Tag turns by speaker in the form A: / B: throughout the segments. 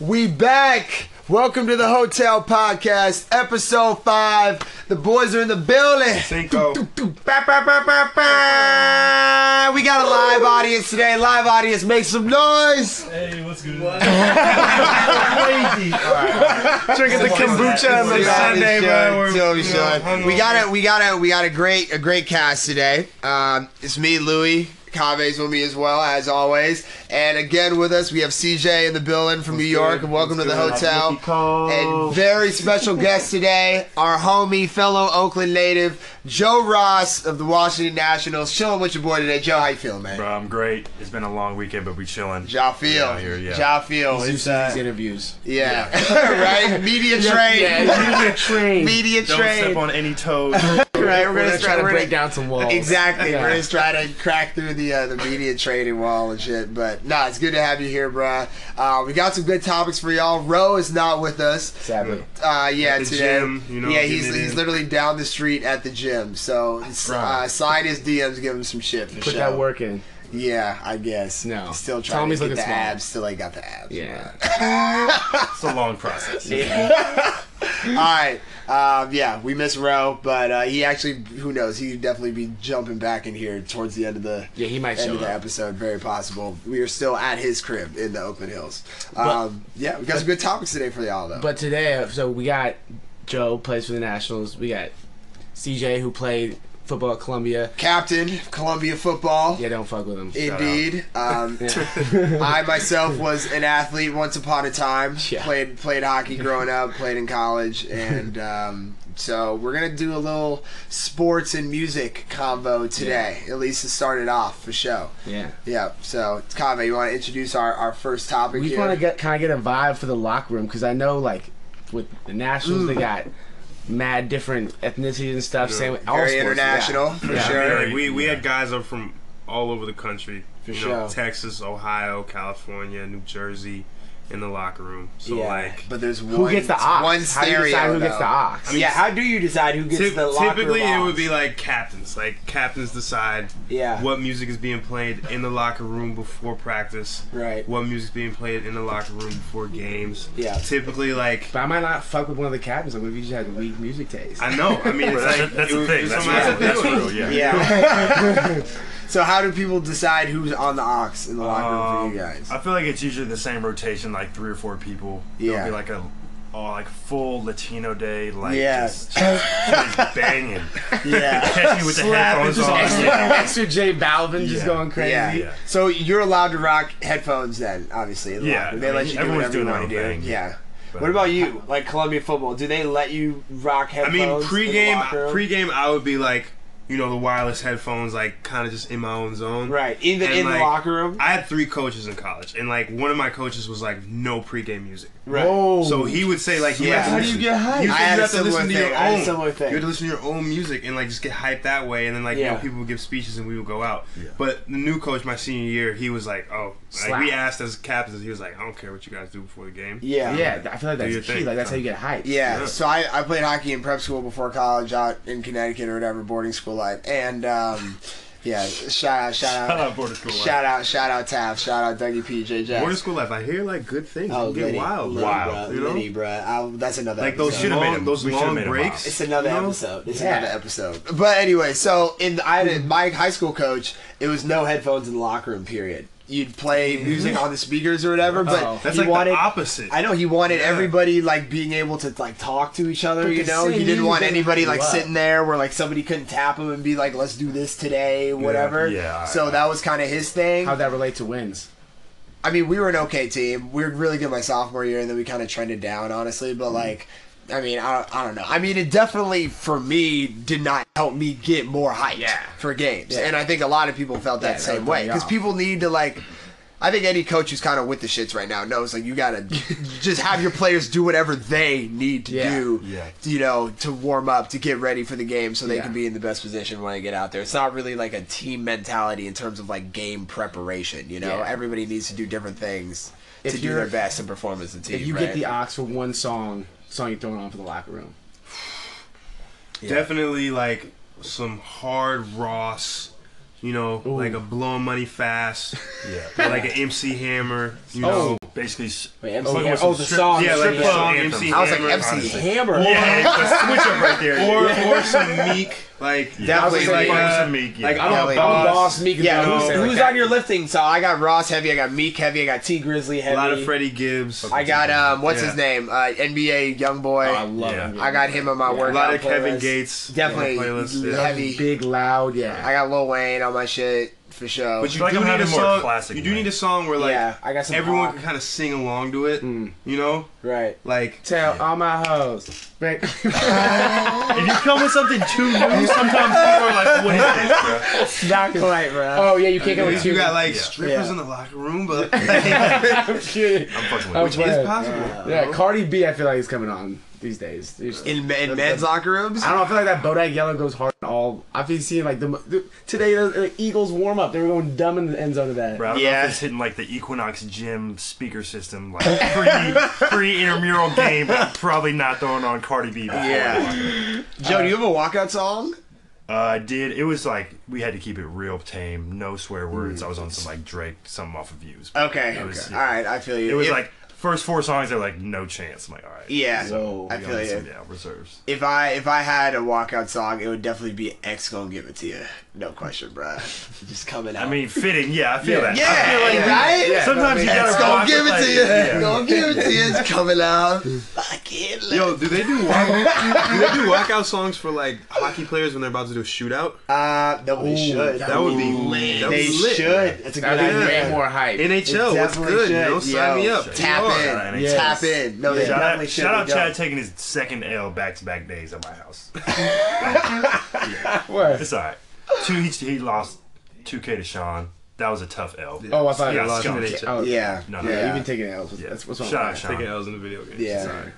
A: We back. Welcome to the Hotel Podcast, episode five. The boys are in the building.
B: Cinco.
A: Doo, doo, ba, ba, ba, ba, ba. We got a live audience today. Live audience, make some noise.
C: Hey, what's good?
B: Drinking the kombucha on the
A: Yeah,
B: Sunday,
A: Sean,
B: man. We're-
A: Sean,
B: you know,
A: Sean.
B: hungover.
A: We got a we got a we got a great a great cast today. Um, it's me, Louis. Cave's with me as well as always, and again with us we have CJ in the building from New York. And welcome to the hotel.
B: Oh.
A: And very special guest today, our homie, fellow Oakland native, Joe Ross of the Washington Nationals. Chilling with your boy today, Joe. How you feeling, man?
C: Bro, I'm great. It's been a long weekend, but we chilling.
A: Ja feel,
C: Yeah, here, yeah.
A: ja feel,
D: It's, uh, these interviews.
A: yeah, right. Media train,
D: train.
A: media
C: Don't
A: train.
C: step on any toes.
A: Right, we're
D: We're
A: gonna
D: gonna try to
A: we're
D: break
A: gonna-
D: down some walls.
A: Exactly. We're just trying to crack through the uh, the media trading wall and shit. But nah, it's good to have you here, bruh. Uh, we got some good topics for y'all. Roe is not with us.
D: Sadly.
A: Uh, yeah,
C: At the
A: today.
C: gym, you know,
A: yeah,
C: getting
A: he's
C: it
A: he's
C: in.
A: literally down the street at the gym. So uh,
D: Right.
A: sign his DMs, give him some shit for
D: Put
A: sure.
D: that work in.
A: Yeah, I guess.
D: No.
A: Still trying
D: Tommy's
A: to get
D: looking
A: the
D: small.
A: abs. Still ain't got the abs.
D: Yeah.
C: It's a long process.
A: All right. Um, yeah, we miss Roe, but uh, he actually, who knows? He'd definitely be jumping back in here towards the end of the
D: Yeah, he might
A: end
D: show
A: of the
D: up.
A: episode. Very possible. We are still at his crib in the Oakland Hills.
D: But-
A: Um, yeah, we got some good topics today for y'all though.
D: But today, uh, so we got Joe plays for the Nationals. We got CJ who played football at Columbia.
A: Captain Columbia football.
D: Yeah, don't fuck with him.
A: Indeed. Um,
D: Yeah.
A: I myself was an athlete once upon a time.
D: Yeah.
A: Played played hockey growing up. Played in college, and um, so we're gonna do a little sports and music combo today. At least to start it off for show.
D: yeah.
A: Yeah. So Kave, you want to introduce our, our first topic
D: We
A: here?
D: just want to get kind of get a vibe for the locker room because I know like with the Nationals they got mad different ethnicities and stuff.
B: Yeah.
D: Same with all sports,
A: Very
D: yeah.
A: international for
D: Yeah.
A: sure.
B: Yeah, we we had guys up from all over the country.
A: For
B: you know,
A: sure.
B: Texas, Ohio, California, New Jersey, in the locker room. So
A: Yeah,
B: like,
A: but there's one,
D: Who gets the ox?
A: one
D: How do you
A: stereo.
D: decide who gets
A: though.
D: the ox?
A: yeah, how do you decide who gets
B: typ-
A: the locker
B: typically
A: room
B: it would
A: ox?
B: be like captains. Like captains decide
A: yeah,
B: what music is being played in the locker room before practice.
A: right.
B: What music's being played in the locker room before games?
A: Yeah.
B: Typically, like
D: But I might not fuck with one of the captains. Like, what if you just had weak music taste?
B: I know. I mean, it's
C: That's-
B: like
C: that's
B: it
C: the
B: was
C: thing,
B: just
C: that's
B: somebody
C: real, that's
B: doing it.
C: real, yeah.
A: Yeah. so how do people decide who's on the ox in the
B: Um,
A: locker room for you guys?
C: Um, I feel like it's usually the same rotation, like three or four people.
A: Yeah.
C: It'll be like a oh, like full Latino day, like
A: Yeah.
C: just, just banging.
A: Yeah.
C: Catch me with the headphones
D: just
C: on.
D: extra, extra J Balvin just
C: Yeah.
D: going crazy.
A: Yeah.
C: Yeah.
A: So you're allowed to rock headphones then, obviously. in the
C: Yeah,
A: locker room. They
C: I mean,
A: let you do
C: everyone's
A: whatever you
C: doing their
A: want to do.
C: own thing.
A: Yeah.
C: But-
A: What about you? Like Columbia football, do they let you rock
B: I
A: headphones?
B: mean,
A: in
B: pregame,
A: the locker room?
B: pregame, I would be like, you know, the wireless headphones, like kind of just in my own zone.
A: right? Even
B: And,
A: in the
B: like,
A: locker room.
B: I had three coaches in college, and like one of my coaches was like, no pregame music.
A: Right.
B: So he would say like,
A: Yeah.
B: yeah,
A: How do
D: you get hyped?
B: You,
A: I had
B: have
A: a
B: to listen
A: similar
B: to your
A: thing,
B: own.
A: I had a similar thing.
B: You had to listen to your own music and like just get hyped that way, and then like you
A: Yeah.
B: know people would give speeches and we would go out.
C: Yeah.
B: But the new coach my senior year, he was like, oh, like
D: Slap.
B: we asked as captains, he was like, I don't care what you guys do before the game.
A: Yeah.
D: Yeah, I feel like
B: Do your
D: that's key.
B: thing.
D: Like that's how you get hyped.
A: Yeah,
B: Yeah.
A: so I, I played hockey in prep school before college out in Connecticut or whatever, boarding school life. And um, yeah, shout out, shout out.
C: Shout out Border School. Life.
A: Shout out, shout out Taft, shout out Dougie P, J Jackson.
B: Border school life, I hear like good things.
A: Oh,
B: you get
A: Liddy,
B: wild,
A: Liddy,
C: Wow.
A: bro,
B: You know?
A: Liddy, bro. I'll- that's another
B: like
A: episode.
B: those
C: should've
B: long,
C: made him-
B: those
C: we should've
B: long
C: made him
B: breaks.
A: It's another
B: you know?
A: episode. It's
D: Yeah.
A: another episode. But anyway, so in I had a,
B: Mm-hmm.
A: my high school coach, it was no headphones in the locker room. Period. You'd play music on the speakers or whatever, but
D: Uh-oh.
B: Oh. That's
A: he
B: like
A: wanted.
B: the opposite.
A: I know he wanted
B: Yeah.
A: everybody like being able to like talk to each other.
D: But
A: you
D: the
A: know,
D: same
A: he didn't
D: music
A: want
D: doesn't
A: anybody
D: hype
A: like
D: you up.
A: sitting there where like somebody couldn't tap him and be like, "Let's do this today," whatever.
C: yeah,
A: so
C: I-
A: that was kind of his thing.
D: How'd that relate to wins?
A: I mean, we were an okay team. We were really good my sophomore year, and then we kind of trended down, honestly.
D: Mm-hmm.
A: But like, I mean, I don't, I don't know. I mean, it definitely for me did not help me get more hyped
D: Yeah.
A: for games, and I think a lot of people felt that
D: that
A: same
D: would
A: way
D: throw you
A: because
D: off.
A: people need to like. I think any coach who's kind of with the shits right now knows like you gotta just have your players do whatever they need to
D: Yeah.
A: do,
C: Yeah.
A: you know, to warm up to get ready for the game so they
D: Yeah.
A: can be in the best position when they get out there. It's not really like a team mentality in terms of like game preparation, you know.
D: Yeah.
A: Everybody needs to do different things to
D: If
A: do
D: you're-
A: their best and perform as a team.
D: If you
A: right?
D: get the ox for one song, song you're throwing on for the locker room.
B: Definitely like some hard Ross, you know, like a blowing money fast,
C: Yeah.
B: like an MC Hammer, you
C: Oh,
B: know.
C: Basically, s-
D: Wait, MC
C: Oh,
D: Hammer.
C: some
D: Oh, the
C: strip-
D: song.
B: Yeah, like
C: Strip
B: the
C: club
B: song
C: anthem.
B: MC
A: I was like
B: Hammer.
A: MC
B: honestly.
D: Hammer.
B: Yeah, it's a switch up right there. Or, or some Meek, like
A: Definitely
B: like,
A: Meek.
B: uh,
C: Some Meek, yeah.
B: like I'm
A: Hell
B: a
A: yeah.
D: I'm
B: boss.
D: boss. Meek is
A: Yeah,
D: the-
A: who's,
D: who's,
A: who's
D: that?
A: on your lifting? So I got Ross heavy, I got Meek heavy, I got T Grizzly
B: A
D: heavy.
B: lot of Freddie Gibbs.
A: I got um, what's
B: Yeah.
A: his name? Uh, NBA young boy.
D: Oh, I love
C: Yeah.
D: him.
A: I got him on my
D: Yeah.
B: a
A: workout
B: lot of Kevin
A: playlist.
B: Gates.
A: Definitely.
B: playlist,
A: Yeah.
B: yeah.
A: heavy.
D: Big, loud, yeah.
A: I got Lil Wayne on my shit for sure.
B: But you
C: Like,
B: do
C: I'm
B: need
C: having
B: a
C: more
B: song.
C: classic
B: you do
C: in
B: need
C: mind.
B: a song where like
D: yeah, I got some.
B: everyone
D: rock.
B: can kind of sing along to it.
D: Mm.
B: You know,
D: Right.
B: like
D: Tell all my hoes. Right.
C: if you come with something too new, sometimes people are like, "What is this, bro?"
D: Knock light, bro. Oh yeah, you can't go
B: at
D: with
B: least you
D: two.
B: got like
C: Yeah.
B: strippers
D: Yeah.
B: in the locker room, but
D: I'm kidding.
C: I'm fucking
D: I'm
C: with you.
B: Which is
D: glad.
B: possible.
D: Yeah, Cardi B, I feel like is coming on these days. There's-
A: in, me- in
D: the-
A: men's
D: the-
A: locker rooms.
D: I don't know. I feel like that Bodak Yellow goes hard on all. I've been seeing like the, the today the, the Eagles warm up. They were going dumb in the end zone of that.
C: Bro, I don't know
A: Yeah.
C: if it's hitting like the Equinox gym speaker system, like pre pre intramural game, but probably not throwing on Cardi B. Before.
A: Yeah. Joe, do you have a walkout song?
C: Uh, did it was like we had to keep it real tame, no swear words. I was on some like Drake, some off of views.
A: Okay.
C: It was,
A: All right, I feel you.
C: It was
A: If-
C: like first four songs. They're like no chance. I'm like all right.
A: yeah,
D: Whoa.
A: I
C: we
A: feel
C: got
A: you.
C: some, yeah, reserves.
A: If I if I had a walkout song, it would definitely be X gonna give it to you. No question, bruh. Just coming out.
C: I mean, fitting. Yeah, I feel that.
A: yeah, right.
C: Sometimes you gotta
A: X gonna
C: rock
A: give it
C: like-
A: to you.
C: Yeah.
A: Gonna give it to you. It's coming out. I can't. Live.
B: Yo, do they do walk, do they do walkout songs for like hockey players when they're about to do a shootout?
A: Uh, no, they
D: Ooh,
A: should.
D: that
B: That would be
D: Ooh.
B: lit. That would
A: They
B: be lit.
A: should. That's a good
D: That would be
A: idea.
D: way more hype.
B: NHL,
A: It
B: what's
A: definitely
B: good? You
A: should.
B: know, sign
A: Yo,
B: me up.
A: Tap
B: You are.
C: Shout out
A: in.
C: NHL.
A: Tap in. No, they
D: Yeah.
C: Shout
A: definitely
C: out,
A: should.
C: shout out
A: They don't.
C: Chad taking his second L back to back days at my house.
D: Where?
C: It's all right. Two, he, he lost 2K to Sean. That was a tough L.
D: Oh, I thought
C: Yeah,
D: you lost.
C: Sean.
B: Sean.
D: Oh,
A: Yeah.
C: No, no,
D: Yeah,
A: Yeah.
D: you've been taking L's.
C: Yeah.
D: That's what's wrong.
C: Shout out,
D: with that.
C: Sean.
B: Taking L's in the video game.
A: Yeah.
B: Sorry.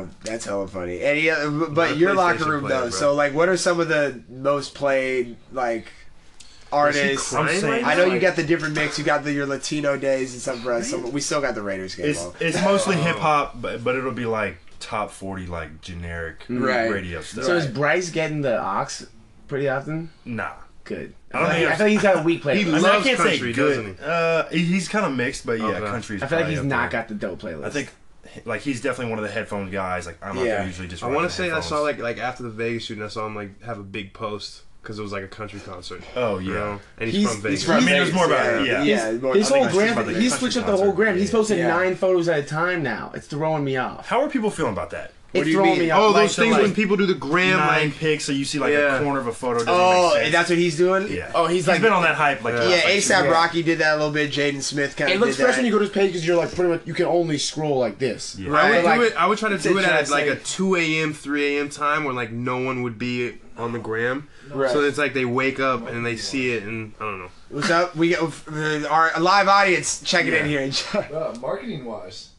A: Um, that's hella funny. Any other, but
B: Not a
A: your locker
B: PlayStation
A: room
B: player,
A: though.
B: bro.
A: So like, what are some of the most played like artists?
C: I'm saying,
A: I know you got the different mix. You got the your Latino days and stuff, bro. Some, we still got the Raiders game.
C: It's
A: on.
C: it's mostly hip hop, but, but it'll be like top 40 like generic
A: Right.
C: radio stuff.
D: So is Bryce getting the ox pretty often?
C: nah.
D: Good.
C: I don't think
D: I feel like he's got a weak play.
B: He
C: I, mean, I
B: loves
C: can't
B: country,
C: say good.
B: doesn't
C: Uh, he- he's kind of mixed, but yeah,
B: Okay.
C: country. Is
D: I feel like he's
C: probably
D: not
C: up there.
D: got the dope playlist.
C: I think like he's definitely one of the headphone guys. Like I'm not
A: Yeah.
C: usually just.
B: I want
C: rocking
B: to say I
C: headphones.
B: saw like like after the Vegas shooting, I saw him like have a big post because it was like a country concert.
C: Oh
B: You
C: yeah.
B: know? and he's,
D: He's-
B: from Vegas.
D: he's
C: I
D: from-
C: mean, it was more
A: yeah,
C: about yeah.
A: yeah. more-
D: His
A: I think-
D: whole
C: that's
D: gram,
C: about the
D: he's
C: country
D: switched up the whole
C: concert.
D: gram. He's posted
A: Yeah.
D: nine photos at a time now. It's throwing me off.
C: How are people feeling about that?
D: It's
B: do you
D: throwing
B: mean?
D: me off.
B: Oh,
D: Like,
B: those
D: so,
B: things
D: like,
B: when people do the gram,
C: nine
B: like
C: pics, so you see like
B: Yeah.
C: a corner of a photo. Doesn't
A: Oh,
C: make sense.
A: and that's what he's doing.
C: Yeah.
A: Oh, he's like
C: been on that hype like
A: yeah.
C: last, like,
A: ASAP
D: yeah.
A: Rocky did that a little bit. Jaden Smith kind of
D: It looks
A: did
D: fresh when
A: that.
D: you go to his page because you're like pretty much you can only scroll like this.
C: Yeah.
B: I would
A: Right,
B: do
D: like,
B: it. I would try to
D: it's
B: do it at like
D: interesting.
B: a two a.m., three a.m. time when like no one would be on the gram.
D: Right.
B: So it's like they wake up and they see it, and I don't know.
A: What's up? We got uh, our live audience checking in here.
E: Uh, marketing wise,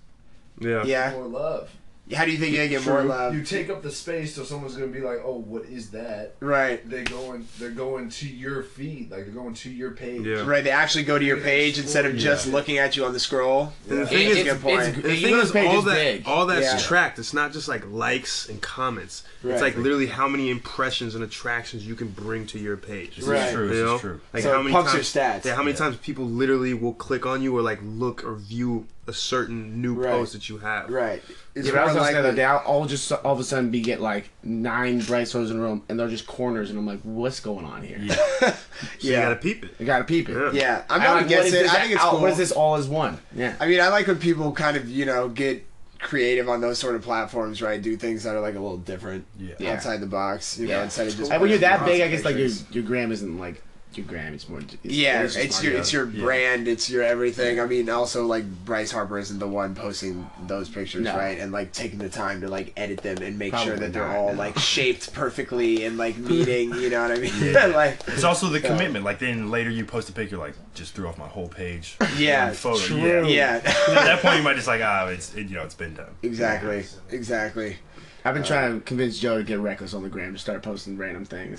B: Yeah.
A: yeah.
E: more love.
A: How do you think you get more
D: True.
A: love?
E: You take up the space, so someone's gonna be like, "Oh, what is that?"
A: Right.
E: They going, they're going to your feed, like they're going to your page.
B: Yeah.
A: Right, they actually go to your page instead of just looking at you on the scroll.
B: And the
A: It-
B: thing
A: it's
B: is,
A: a good point.
B: the
D: You
B: thing
D: go to
B: is,
D: the page,
B: all
D: it's
B: that,
D: big.
B: all that's
A: Yeah.
B: tracked. It's not just like likes and comments. It's like literally how many impressions and attractions you can bring to your page.
A: Right. This is
C: true,
B: You
C: this is
B: know?
C: true.
B: Like
A: So
B: how
A: it
B: many
A: pumps your
B: times?
A: stats.
B: Yeah, how many
C: Yeah.
B: times people literally will click on you or like look or view a certain new
A: Right.
B: post that you have.
A: Right. It's
D: Yeah, but I was
A: more
D: listening the other
A: likely-
D: day. I'll all just all of a sudden be get like nine bright stars in a room, and they're just corners, and I'm like, what's going on here?
B: So you gotta peep it.
D: I gotta peep it.
B: Yeah.
A: Yeah, I'm
D: I'm
A: not
D: like, what
A: against
D: is
A: it.
D: this
A: I think it's
D: out-
A: cool.
D: What is this all as one? Yeah.
A: I mean, I like when people kind of, you know, get creative on those sort of platforms, right? Do things that are like a little different
C: Yeah.
D: Yeah.
A: outside the box, you know,
D: Yeah.
A: instead of just.
D: And when you're that big, I
A: pictures.
D: guess like your your gram isn't like your gram. It's more. It's,
A: Yeah, it's,
D: just
A: your
D: more-
A: it's your brand, it's your everything. I mean, also like Bryce Harper isn't the one posting those pictures,
D: No.
A: right? And like taking the time to like edit them and make sure
D: Probably
A: that they're
D: not,
A: all
D: no.
A: like shaped perfectly and like meeting. You know what I mean? like
C: It's also the commitment. Like then later you post a pic, you're like, just threw off my whole page.
A: Yeah,
C: One photo.
D: true.
C: Yeah.
A: yeah,
C: At that point, you might just like, ah, it's it, you know, it's been done.
A: exactly, exactly.
D: I've been trying to convince Joe to get reckless on the gram to start posting random things.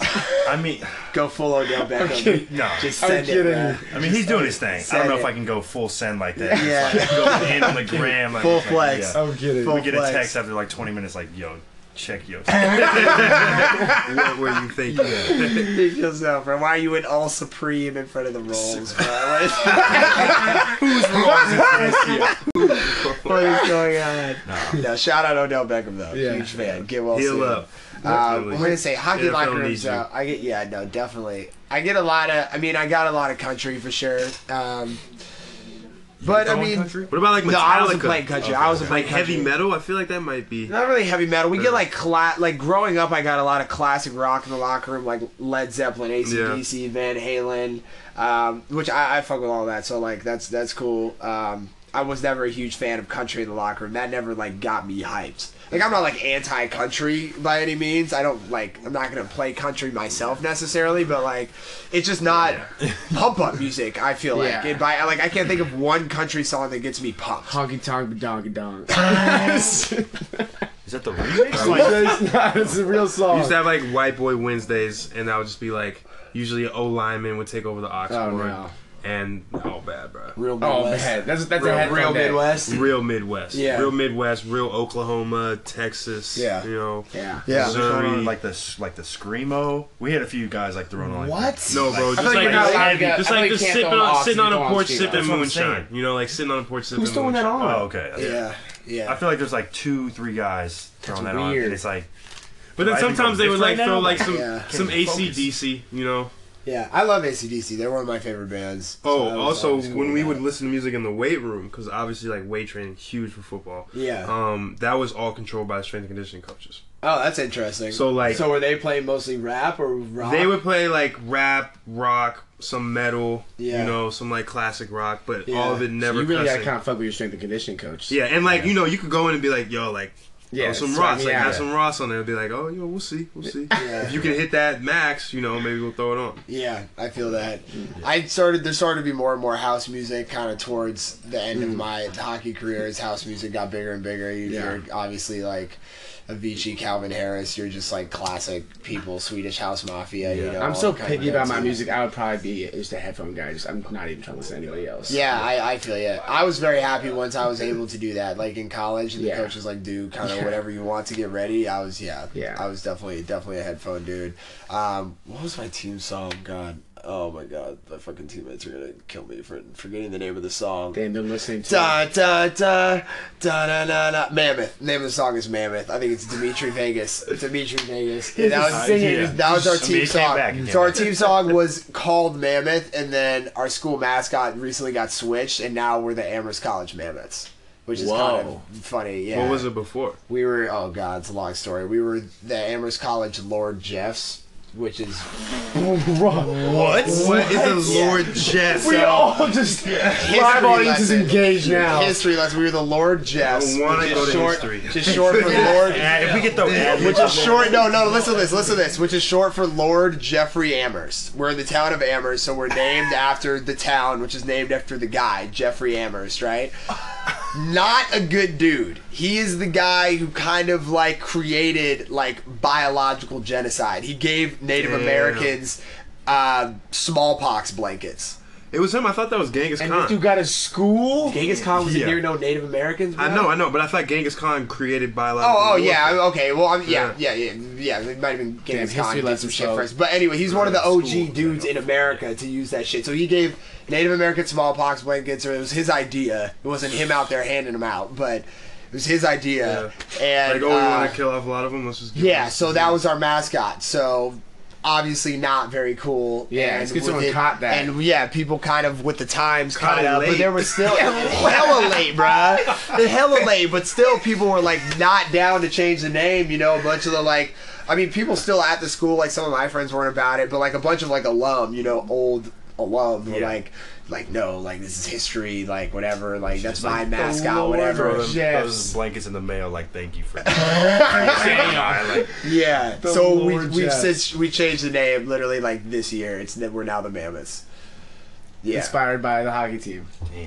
C: I mean,
A: Go full Odell Beckham.
C: no.
A: Just
D: I'm
A: send it.
D: kidding.
A: man.
C: I mean, he's doing his thing. I
A: Send
C: don't know
A: it.
C: if I can go full send like that.
A: Yeah.
C: It's like, go in on the gram. Like,
A: Full
C: it's like,
A: flex.
C: yeah.
D: I'm kidding.
A: Full
C: We get a
A: flex.
C: text after like 20 minutes, like, yo, Check yourself.
B: What were you thinking?
A: Check yourself, bro. Why are you in all supreme in front of the rolls, bro? What- what is going on? No, shout out Odell Beckham though.
D: Yeah.
A: Huge fan. Get well
B: Heal
A: soon.
B: up.
A: Um,
B: uh, Definitely.
A: I'm gonna say hockey
B: NFL
A: locker rooms.
B: needs
A: Though. I get yeah, no, definitely. I get a lot of. I mean, I got a lot of country for sure. Um, but I mean,
B: What about like Metallica?
A: no, I wasn't playing country. I wasn't
B: Like
A: playing country.
B: heavy metal? I feel like that might be.
A: Not really heavy metal. We get like cla- like growing up, I got a lot of classic rock in the locker room, like Led Zeppelin, ACDC, Van Halen, um, which I, I fuck with all that. So like that's that's cool. Um, I was never a huge fan of country in the locker room. That never like got me hyped. Like I'm not like anti-country by any means. I don't like. I'm not gonna play country myself necessarily, but like, it's just not pump up music. I feel like
D: Yeah.
A: it by like I can't think of one country song that gets me pumped.
D: Honky tonk donk donk.
C: Is that the remix?
D: it's not. It's a real
B: We
D: song.
B: used to have like White Boy Wednesdays, and I would just be like, usually an O lineman would take over the ox
D: Oh,
B: board,
D: no.
B: and all bad, bro.
A: Real
D: oh man, that's that's a
A: real,
D: headphone
A: real
D: day.
A: Midwest.
B: Real Midwest,
A: Yeah.
B: real Midwest, real Oklahoma, Texas,
A: Yeah.
B: you know,
D: Yeah.
A: Yeah.
B: Missouri.
C: Like the s- like the screamo. We had a few guys like throwing on. Like,
D: What?
B: no, bro, just
D: feel like
B: like,
D: you're not allowed to
B: heavy,
D: get-
B: just
D: I feel
B: like
D: like
B: just
D: you can't
B: sitting
D: throw them
B: on
D: off
B: sitting on
D: if you
B: a
D: don't
B: porch
D: want to.
B: sipping
D: That's
C: what I'm
B: moonshine.
C: saying.
B: You know, like sitting on a porch sipping.
D: Who's throwing that
B: moonshine.
D: on?
C: Oh, okay. that's it.
A: Yeah, yeah.
C: I feel like there's like two, three guys throwing
D: That's
C: that on,
D: weird.
C: and it's like
B: But then
C: Do I even
B: sometimes
C: go
B: they would like
C: different now?
B: throw like
C: Like,
B: some
A: yeah.
B: some
C: Can you focus?
B: ACDC, you know.
A: Yeah, I love ACDC. They're one of my favorite bands.
B: Oh,
A: So that was
B: also
A: always cool
B: when
A: with
B: we
A: that.
B: would listen to music in the weight room, because obviously like weight training huge for football.
A: Yeah.
B: Um, that was all controlled by the strength and conditioning coaches.
A: Oh, that's interesting.
B: So, like-
A: so were they playing mostly rap or rock?
B: They would play like rap, rock, some metal,
A: Yeah.
B: you know, some like classic rock, but
A: Yeah.
B: all of it
D: So
B: never.
D: you really gotta
B: cussing.
D: kind of fuck with your strength and conditioning coach.
B: yeah, and like you know, you could go in and be like, "Yo, like,
D: Yeah,
B: yeah, some
D: so,
B: Ross,
D: I mean,
B: like,
D: yeah.
B: have some Ross on there." And be like, "Oh, yo, we'll see, we'll see.
A: Yeah.
B: If you can hit that max, you know, maybe we'll throw it on."
A: Yeah, I feel that. I started there started to be more and more house music kind of towards the end
B: Mm.
A: of my hockey career as house music got bigger and bigger. You
D: Yeah.
A: hear obviously like Avicii, Calvin Harris. You're just like classic people, Swedish house mafia. You know, all
D: I'm so
A: that kind of
D: picky about my
A: stuff.
D: music. I would probably be just a headphone guy. Just I'm not even trying to listen to anybody else.
A: Yeah, I, I feel you. I was very happy once I was able to do that. Like in college, and the
D: Yeah.
A: coach was like, "Do kind of
D: Yeah.
A: whatever you want to get ready." I was yeah,
D: Yeah.
A: I was definitely definitely a headphone dude. Um, what was my team song? God, oh my god, my fucking teammates are gonna kill me for forgetting the name of the song.
D: They've been listening to.
A: Da da da da da da da. Mammoth. Name of the song is Mammoth. I think it's Dimitri Vegas. Dimitri Vegas. Yeah, that was
D: singing.
A: yeah, that was our
C: I mean,
A: team
C: it came
A: song.
C: back, it came
A: So our
C: back.
A: team song was called Mammoth, and then our school mascot recently got switched, and now we're the Amherst College Mammoths, which is kind
D: Whoa.
A: of funny. Yeah.
B: What was it before?
A: We were oh god, it's a long story. We were the Amherst College Lord Jeffs, which is
B: What? What is the
A: Yeah.
B: Lord Jeff?
D: We all just live
A: History
D: audience is
A: lesson.
D: engaged now.
A: History lesson. We were the Lord Jeffs.
B: I wanna
A: which is
B: go to
A: short,
B: history.
A: which is short for Lord.
C: Ad- if we get the ad,
A: Which is short. No, no. Listen to this. Listen to this. Which is short for Lord Jeffrey Amherst. We're in the town of Amherst, so we're named after the town, which is named after the guy Jeffrey Amherst, right? Not a good dude. He is the guy who kind of like created like biological genocide. He gave Native
B: Damn.
A: Americans uh, smallpox blankets.
B: It was him. I thought that was Genghis
D: and
B: Khan.
D: this dude got a school.
A: Genghis Khan was
B: Yeah.
A: near no Native Americans.
B: I
A: bro?
B: know, I know, but I thought Genghis Khan created biological.
A: Oh, oh
B: warfare.
A: yeah, okay. Well, I'm, yeah, yeah, yeah, yeah. They might have been getting
D: history
A: Khan did some
D: lesson
A: shit
D: sucks.
A: first, but anyway, he's one of the
C: School,
A: OG
C: yeah.
A: dudes in America to use that shit. So he gave Native American smallpox blankets, or it was his idea. It wasn't him out there handing them out, but it was his idea. And
B: Like, oh, we
A: uh,
B: want to kill off a lot of them. Let's just. give
A: yeah,
B: them-
A: so that was our mascot. So obviously not very cool.
D: Yeah, it's good
A: with
D: someone caught that.
A: And yeah, people kind of with the times
B: Caught
A: caught,
B: it
A: up,
B: late.
A: but there was still hella late, bruh. Hella late, but still people were like not down to change the name. You know, a bunch of the like. I mean, people still at the school. Like some of my friends weren't about it, but like a bunch of like alum, you know, old alum were
B: Yeah.
A: like. Like no, like this is history, like whatever, like that's my
C: the
A: mascot,
C: Lord
A: whatever.
C: throw them-
D: Jeffs.
C: Those blankets in the mail, like thank you for. that. You know, I, like,
A: Yeah. so we
D: Lord
A: we've
D: Jets.
A: since we changed the name literally like this year. It's that we're now the Mammoths. Yeah.
D: Inspired by the hockey team.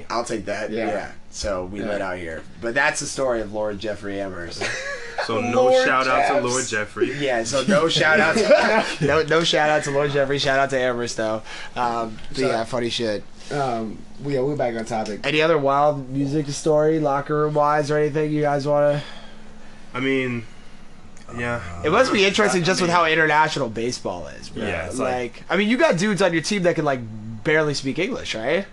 A: I'll take that. Yeah.
D: Yeah.
A: So we
D: Yeah.
A: let out here. But that's the story of Lord Jeffrey Amherst.
B: So no
D: Lord
B: shout out to
D: Jeffs.
B: Lord Jeffrey.
A: yeah, so no shout out to no, no shout out to Lord Jeffrey, shout out to Amherst though. Um but yeah, funny shit.
D: Um, we- yeah, we're back on topic.
A: Any other wild music story, locker room wise or anything you guys wanna
B: I mean, Yeah.
A: It must be interesting just with how international baseball is. Bro.
C: Yeah, it's
A: like,
C: like-
A: I mean, you got dudes on your team that can like barely speak English, right?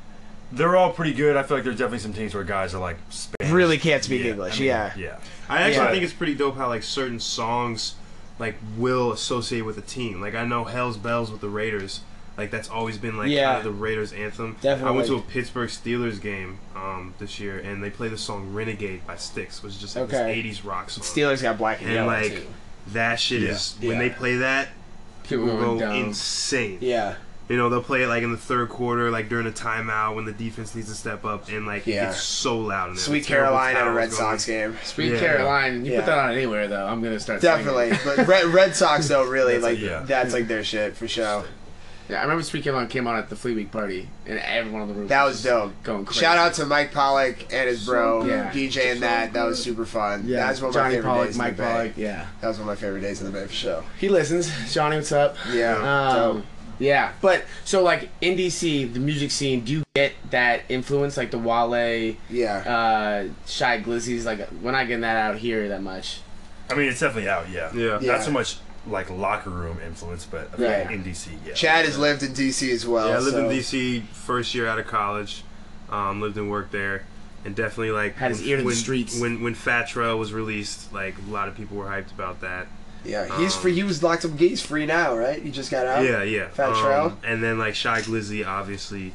C: They're all pretty good. I feel like there's definitely some teams where guys are like Spanish.
A: Really can't speak
C: Yeah,
A: English.
C: I mean,
A: yeah.
C: Yeah.
B: I actually
A: Yeah.
B: think it's pretty dope how like certain songs like will associate with a team. Like I know Hell's Bells with the Raiders. Like that's always been like
A: Yeah.
B: kind of the Raiders anthem.
A: Definitely.
B: I went to a Pittsburgh Steelers game um, this year and they played the song Renegade by Styx, which is just like
A: Okay.
B: this 80s rock song.
A: Steelers got black and,
B: and
A: yellow
B: like
A: too.
B: that shit is when
D: Yeah.
B: they play that
D: People
B: people
D: going
B: go
D: down.
B: insane.
A: Yeah.
B: You know, they'll play it like in the third quarter, like during a timeout when the defense needs to step up, and like
D: Yeah.
B: it's so loud. In there.
A: Sweet
B: The terrible
A: Caroline at a
B: towers
A: Red
B: going.
A: Sox game.
D: Sweet
B: Yeah.
D: Caroline, you
A: Yeah.
D: put that on anywhere though. I'm gonna start. singing it.
A: Definitely, but Red, Red Sox though really
C: That's
A: like
C: like- yeah.
A: that's like their shit for sure.
D: Yeah, I remember Sweet Caroline came on at the Flea Week party, and everyone on the roof.
A: That was
D: just
A: dope.
D: Going crazy.
A: Shout out to Mike Pollock and his bro
D: Yeah.
A: DJing that. That was super fun.
D: Yeah,
A: That's one of my
D: Johnny
A: favorite
D: Pollock,
A: days. in
D: Mike
A: the Bay.
D: Pollock. Yeah,
A: That was one of my favorite days in the Bay for sure.
D: he listens. Johnny, what's up?
A: Yeah. dope.
D: Um, yeah, but so like in DC, the music scene, do you get that influence, like the Wale,
A: yeah.
D: uh, Shy Glizzy's? Like we're not getting that out here that much.
C: I mean, it's definitely out. Yeah.
B: Yeah.
A: Yeah.
C: Not so much like locker room influence, but I
D: Yeah.
C: think in DC, yeah.
A: Chad has lived in DC as well.
B: Yeah, I lived
A: so-
B: in DC first year out of college. Um, lived and worked there, and definitely like
D: Had his
B: when-
D: ear to the
B: when,
D: streets.
B: When when Fatra was released, like a lot of people were hyped about that.
A: Yeah, he's
B: Um,
A: free. He was locked up. He's free now, right? He just got out.
B: yeah, yeah.
A: Fat
B: Um,
A: Trout?
B: and then like Shy Glizzy, obviously,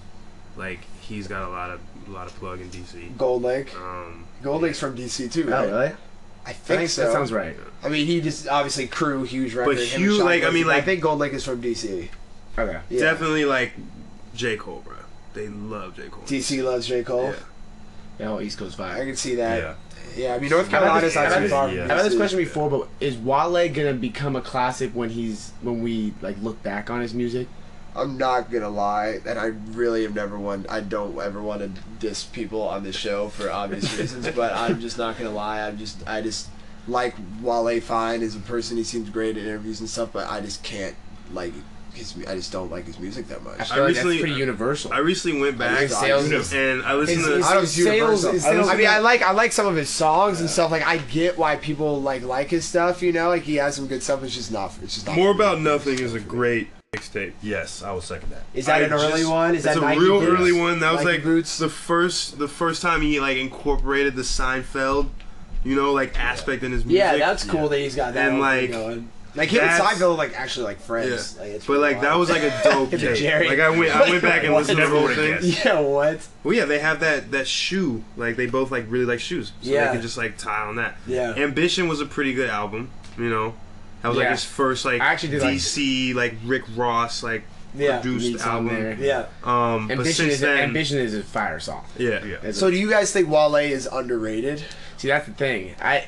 B: like he's got a lot of a lot of plug in DC.
A: Gold Lake.
B: Um,
A: Gold Lake's from DC too, right?
D: Oh, really?
A: I Oh, think
D: Thanks.
A: so.
D: That sounds right.
A: I mean, he just obviously crew huge record. him and
B: huge,
A: Sean
B: like, I
A: Mendes,
B: mean,
A: but I
B: like-
A: think Gold Lake is from DC.
D: Okay.
A: Yeah.
B: Definitely like J Cole, bro. They love J Cole.
A: DC loves J Cole.
B: Yeah.
D: The whole East Coast
A: I
D: vibe.
A: can see that.
C: Yeah.
A: Yeah, I mean, North
B: I've had
A: Carolina's
B: this-
A: not
B: I've
A: too
B: had
A: far.
C: this-
A: from
C: yeah.
D: I've had this
A: DC.
D: question before, but is Wale gonna become a classic when he's when we like look back on his music?
A: I'm not gonna lie, and I really am never one. I don't ever want to diss people on this show for obvious reasons, but I'm just not gonna lie. I'm just I just like Wale Fine as a person. He seems great in interviews and stuff, but I just can't like his. I just don't like his music that
D: I
A: much.
D: feel like
B: recently-
D: that's pretty universal.
B: I recently went
A: I
B: back
A: just- I just-
B: and I listened
D: His-
B: to.
D: his
A: I don't
D: sales-
A: universal.
D: his sales-
A: I mean, I like I like some of his songs and stuff. Like, I get why people like like his stuff. You know, like he has some good stuff. It's just not. It's just not
B: More
A: for me.
B: About Nothing is a great mixtape.
C: Yes, I will second that.
A: Is that
B: I
A: an early
B: just-
A: one? Is
B: it's
A: that
B: a
A: Nike
B: real
A: Boots?
B: early one. That was
A: Nike
B: like
A: Boots?
B: the first the first time he like incorporated the Seinfeld, you know, like aspect in his music.
A: Yeah, that's cool that he's got that.
B: And,
A: one
B: like,
A: going. like him and
B: that's-
A: Seinfeld, like actually like
B: Yeah.
A: friends. Like, it's
B: but like that was like a dope
A: It's a
B: tape.
A: Jerry.
B: Like I went I went back and listened to the
C: Never
B: whole
C: would've
B: thing.
C: guessed.
A: yeah, what?
B: Well, yeah, they have that that shoe. Like they both like really like shoes, so
A: Yeah.
B: they can just like tie on that.
A: Yeah.
B: Ambition was a pretty good album. You know, that was
D: Yeah.
B: like his first like
D: I actually did like-
B: DC like, Rick Ross like
A: Yeah.
B: produced
D: Meets on there.
B: album.
A: Yeah.
B: Um, but
D: ambition
B: since
D: is
B: then,
D: ambition is a fire song.
B: yeah,
C: Yeah.
D: That's
A: So do you guys think Wale is underrated?
D: See, that's the thing. I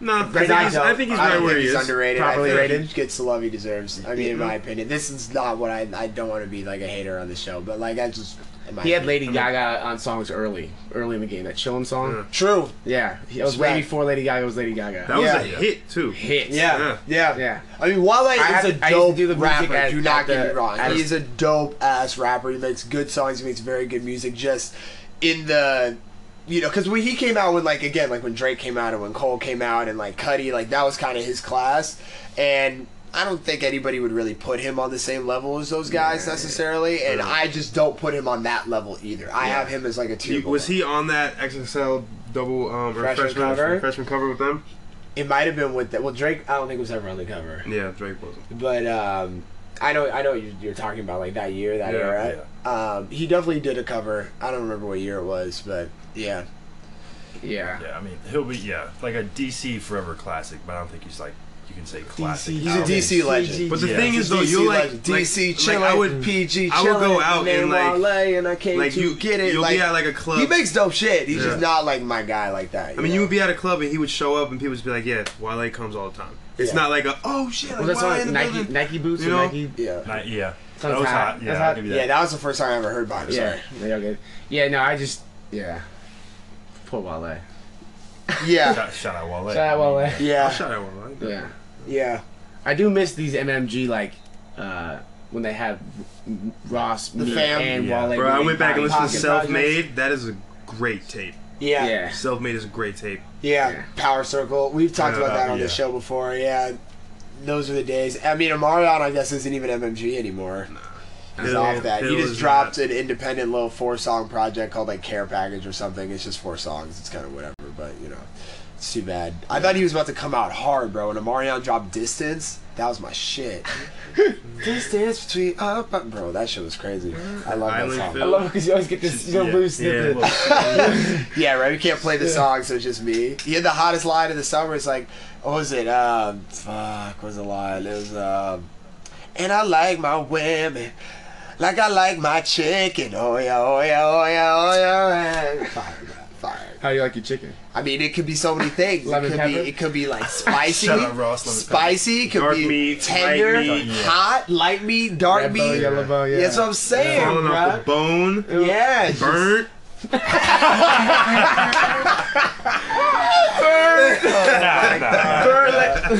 B: No, I think,
A: I
B: he's, I
A: don't-
B: think he's
A: I
B: right
A: don't
B: where
A: think
B: he
A: he's
B: is.
A: underrated.
D: Properly
A: I think
D: rated?
A: He gets the love he deserves. I mean, in
D: Yeah.
A: my opinion, this is not what I. I don't want to be like a hater on the show, but like I just. in my
D: he had
A: opinion.
D: Lady Gaga on songs early, early in the game. That chillin'
B: Yeah.
D: song.
A: True.
D: Yeah, he- it was way
A: Respect.
D: before Lady Gaga was Lady Gaga.
B: That was
A: Yeah.
B: a hit too.
D: hit.
A: Yeah. Yeah.
D: yeah.
A: I mean, Wale is
D: had
A: a
D: to- I used to
A: dope
D: do the music
A: rapper.
D: at-
A: do not
D: at
A: get
D: the-
A: me wrong.
D: at a-
A: He's a dope ass rapper. He makes good songs. He makes very good music. Just in the, you know, because when he came out with like again, like when Drake came out and when Cole came out and like Cuddy, like that was kind of his class. And I don't think anybody would really put him on the same level as those guys necessarily. And
D: Uh-huh.
A: I just don't put him on that level either. I have him as like a tier.
B: He- was
A: below.
B: he on that XXL double um, or
D: Freshman
B: freshman, freshman
D: cover?
B: cover? with them?
A: It might have been with that.
D: Well, Drake, I don't think was ever on the cover,
B: Yeah, Drake wasn't.
D: but um, I know, I know what you're, you're talking about like that year, that
B: Yeah,
D: era.
A: Um, he definitely did a cover. I don't remember what year it was, but yeah.
D: Yeah.
C: Yeah, I mean, he'll be yeah, like a DC forever classic, but I don't think he's like you can say classic.
D: DC.
A: He's a
C: album.
A: DC legend.
B: But the
C: Yeah.
B: thing
A: He's
B: is though,
A: DC
B: you like
A: legend. DC
B: like,
A: chillin',
B: like, I would
A: PG
B: I would
A: chillin',
B: go
A: my
B: out
A: name
B: and, like-
A: Wale, and I came
B: like
A: Mm. to
B: you
A: get it.
B: You'll
A: Like,
B: be at like a club.
A: he makes dope shit. He's just
B: Yeah.
A: not like my guy like that.
B: I mean, you would be at a club and he would show up and people would be like, "Yeah, Wale comes all the time." It's
A: Yeah.
B: not like a oh shit, like,
D: Was that
B: Wale
D: song
B: in the
D: Nike
B: building.
D: Nike boots
B: You
D: or
B: know?
D: Nike?
A: yeah,
C: Not- yeah,
D: Sounds
C: that was
D: hot.
C: hot.
D: That's
C: Yeah, I'll
D: hot.
C: give you that.
A: yeah. That was the first time I ever heard about him.
D: Yeah,
A: Sorry.
D: they all good. Yeah, no, I just yeah. Poor Wale.
A: Yeah,
C: Shout, shout out Wale.
D: Shout out Wale.
B: I'll
A: yeah,
B: shout out Wale.
D: Yeah,
A: yeah.
D: I do miss these MMG like uh, when they have Ross, the me,
A: fam.
D: and
C: Yeah.
D: Wale.
B: Bro, I
D: really
B: went back and
D: body
B: listened to
D: pocket
B: Self Made. That is a great tape.
A: Yeah. Yeah.
D: Yeah.
B: Self Made is a great tape.
D: Yeah.
A: Power Circle. We've talked about
B: Uh,
A: that on
B: yeah.
A: the show before. Yeah. Those are the days. I mean, Amarion, I guess, isn't even MMG anymore. He's
B: Bill-
A: off that.
B: Bill
A: he just
B: is
A: dropped an independent little four song project called like Care Package or something. It's just four songs. It's kind of whatever, but you know, it's too bad. I thought he was about to come out hard, bro. When Amarion dropped Distance, that was my shit. Distance between up, up, bro. That shit was crazy. I love that
B: Island
A: song.
B: Phil.
D: I love it because you always get this you know, loose
B: Yeah.
D: snippet.
A: Yeah, right. We can't play the song, so it's just me. He had the hottest line of the summer. It's like, what was it? Um, fuck, what was the line? It was, um, and I like my women. Like I like my chicken. Oh yeah, oh yeah, oh yeah, oh yeah. Fire, bro, fire.
D: How do you like your chicken?
A: I mean, it could be so many things. It
D: Lemon
A: could
D: pepper?
A: be, it could be like spicy,
C: Shut up, Ross. Lemon pepper.
A: spicy. It could
B: Dark
A: be
B: meat, light
A: tender,
B: meat.
A: hot, light meat, dark
D: Red bone,
A: meat.
D: yellow bone, yeah.
A: That's what I'm saying,
B: Falling off the
A: bro.
B: bone.
A: Yeah, just-
B: Burnt.
C: Nah, nah, nah.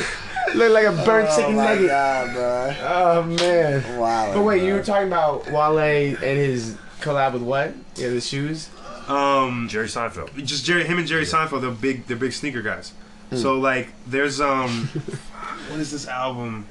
D: Look like a burnt
A: Oh
D: chicken
A: my
D: nugget.
A: god, bro.
D: Oh man.
A: Wow.
D: But wait,
A: bro.
D: you were talking about Wale and his collab with what? Yeah, the shoes.
B: Um,
C: Jerry Seinfeld.
B: just Jerry, him and Jerry Seinfeld, they're big, they're big sneaker guys.
D: Hmm.
B: So like, there's um, what is this album?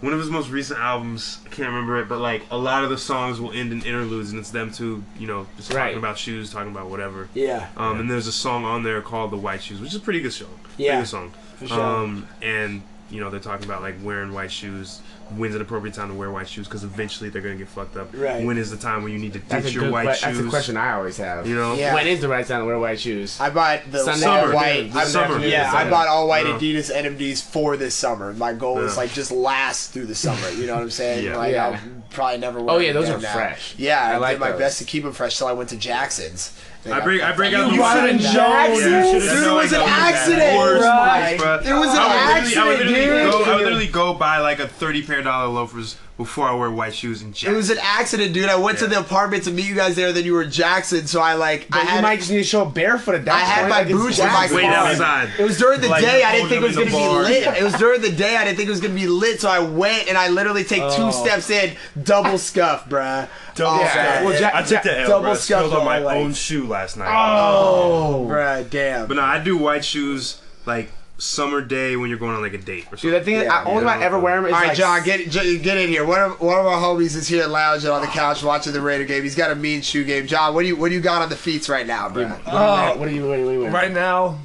B: One of his most recent albums, I can't remember it, but like a lot of the songs will end in interludes, and it's them two, you know, just
D: Right.
B: talking about shoes, talking about whatever.
A: Yeah.
B: Um, and there's a song on there called "The White Shoes," which is a pretty good song.
A: Yeah,
B: pretty good song.
A: for sure.
B: Um, and you know they're talking about like wearing white shoes. When's an appropriate time to wear white shoes? Because eventually they're gonna get fucked up.
A: Right.
B: When is the time when you need to
D: That's
B: ditch
D: a
B: your
D: good.
B: white
D: que-
B: shoes?
D: That's a question I always have.
B: You know.
A: Yeah.
D: When is the right time to wear white shoes?
A: I bought the
D: Sunday.
A: all
B: Summer,
A: white.
B: yeah, the
A: I'm-
B: summer.
A: Yeah,
D: The
A: I
D: summer.
A: bought all white
B: Yeah.
A: Adidas NMDs for this summer. My goal is
B: Yeah.
A: like just last through the summer. You know what I'm saying?
B: Yeah.
A: Like
D: Yeah.
A: I'll probably never. Wear
D: Oh, yeah,
A: them
D: those
A: again
D: are
A: now.
D: fresh.
A: Yeah, I,
D: I like
A: did my
D: those.
A: best to keep them fresh till I went to Jackson's. They
B: I
A: got
B: bring, I
A: fucked
B: bring
A: up.
B: out
A: You
B: the
A: brought
B: worst-
A: in
B: Yeah,
A: Jackson's?
B: you should've
A: Dude, it
B: known
A: was
B: I
A: an
B: got the
A: accident,
B: worst
A: bro.
B: place, bro.
A: It was an
B: I would literally- I would
A: accident,
B: literally
A: dude.
B: go- I would literally go buy like a thirty pair dollar loafers before I wear white shoes and
A: It
B: jackets.
A: was an accident, dude. I went to
B: Yeah.
A: the apartment to meet you guys there. Then you were at Jackson, so I like I
D: But you
A: had
D: might just need to show up barefoot at that
A: I had
D: point,
A: my
D: like it's
A: boots in my
D: Jackson.
B: Wait
A: car.
B: outside.
A: It was during the
B: Like,
A: day. I didn't
B: hold
A: think it
B: them
A: was going
B: in the
A: to be
B: bar.
A: lit. It was during the day. I didn't think it was going to be lit. So I went and I literally take two steps in, double scuff, bruh.
C: Double
A: Oh,
C: scuff.
A: man.
C: Well,
D: Jack-
C: I took the L,
A: double
C: bro. I
A: scuff
C: spilled on my
A: on my
C: own
A: legs.
C: shoe last night.
D: Oh,
A: Bruh, damn.
B: But no, I do white shoes like summer day when you're going on like a date or something.
D: dude, that thing.
A: Yeah.
D: I only I ever wear them. Is
A: All right,
D: like,
A: John, get J- get in here. One of one of our homies is here lounging on the couch watching the Raider game. He's got a mean shoe game. John, what do you what do you got on the feets right now, bruh?
D: Oh, what are you? What are you? What are you? wearing?
F: Right now,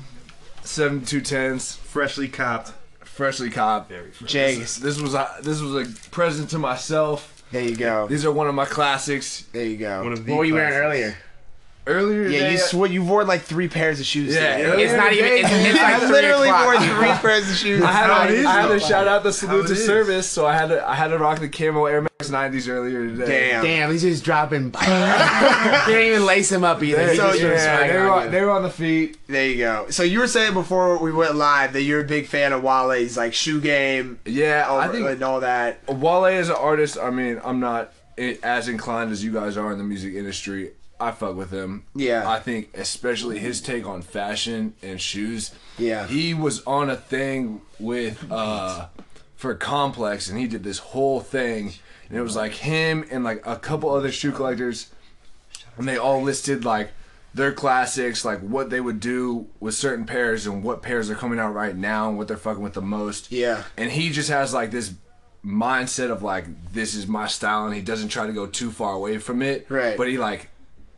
F: 7210s,
B: freshly copped.
F: freshly copped.
A: Jags.
F: This was a, this was a present to myself.
A: There you go.
F: These are one of my classics.
A: There you
B: One
A: go.
B: of the
D: What were you wearing
B: classics.
D: earlier?
F: Earlier
A: Yeah,
F: today,
A: you sw- you've worn like three pairs of shoes.
F: Yeah,
A: today.
F: earlier
D: It's not even.
F: today,
D: It's, it's
A: I
D: like three
A: literally
D: o'clock.
A: wore three pairs of shoes.
F: I had,
B: how it
F: to-
B: is,
F: I had
B: though.
F: to shout out the
B: it
F: salute to
B: is.
F: service, so I had to I had to rock the Camo Air Max 90s earlier today.
A: Damn.
D: Damn, he's just dropping. they didn't even lace him up either.
F: They,
D: He's
F: so,
D: just doing
F: yeah,
D: swag
F: they, were,
D: on
F: on-
D: it.
F: they were on the feet.
A: There you go. So you were saying before we went live that you're a big fan of Wale's like shoe game
F: Yeah,
A: all,
F: I think
A: and all that.
F: Wale is an artist, I mean, I'm not i- as inclined as you guys are in the music industry. I fuck with him.
A: Yeah.
F: I think especially his take on fashion and shoes.
A: Yeah.
F: He was on a thing with uh for Complex and he did this whole thing and it was like him and like a couple other shoe collectors and they all listed like their classics, like what they would do with certain pairs and what pairs are coming out right now and what they're fucking with the most.
A: Yeah.
F: And he just has like this mindset of like this is my style and he doesn't try to go too far away from it.
A: Right.
F: But he like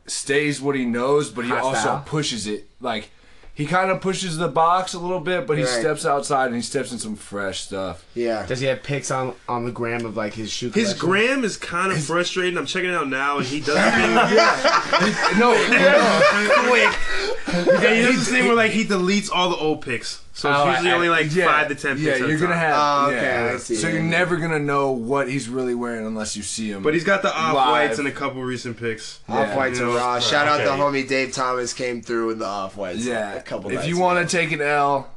F: stays what he knows, but he
D: Hostile.
F: also pushes it. Like he kind of pushes the box a little bit, but he
A: Right.
F: steps outside and he steps in some fresh stuff.
A: Yeah.
D: Does he have pics on on the gram of like his shoe?
B: His
D: collection?
B: gram is kind of frustrating. I'm checking it out now, and he does the thing.
F: No,
B: he does this thing where like he deletes all the old pics. So it's
D: Oh, I-
B: usually
D: I-
B: only like
F: yeah,
B: five to ten pics.
F: Yeah,
B: at a
F: you're gonna
B: time.
F: have.
A: Oh, okay,
F: yeah.
A: I see.
F: So you're never gonna know what he's really wearing unless you see him.
B: But he's got the off whites
F: Live.
B: and a couple recent pics.
A: Off whites and
B: Yeah.
A: raw. Shout out
B: Okay.
A: the homie Dave Thomas came through in the off whites.
F: Yeah.
A: A couple.
F: if
A: nights
F: you
A: ago.
F: want to take an L,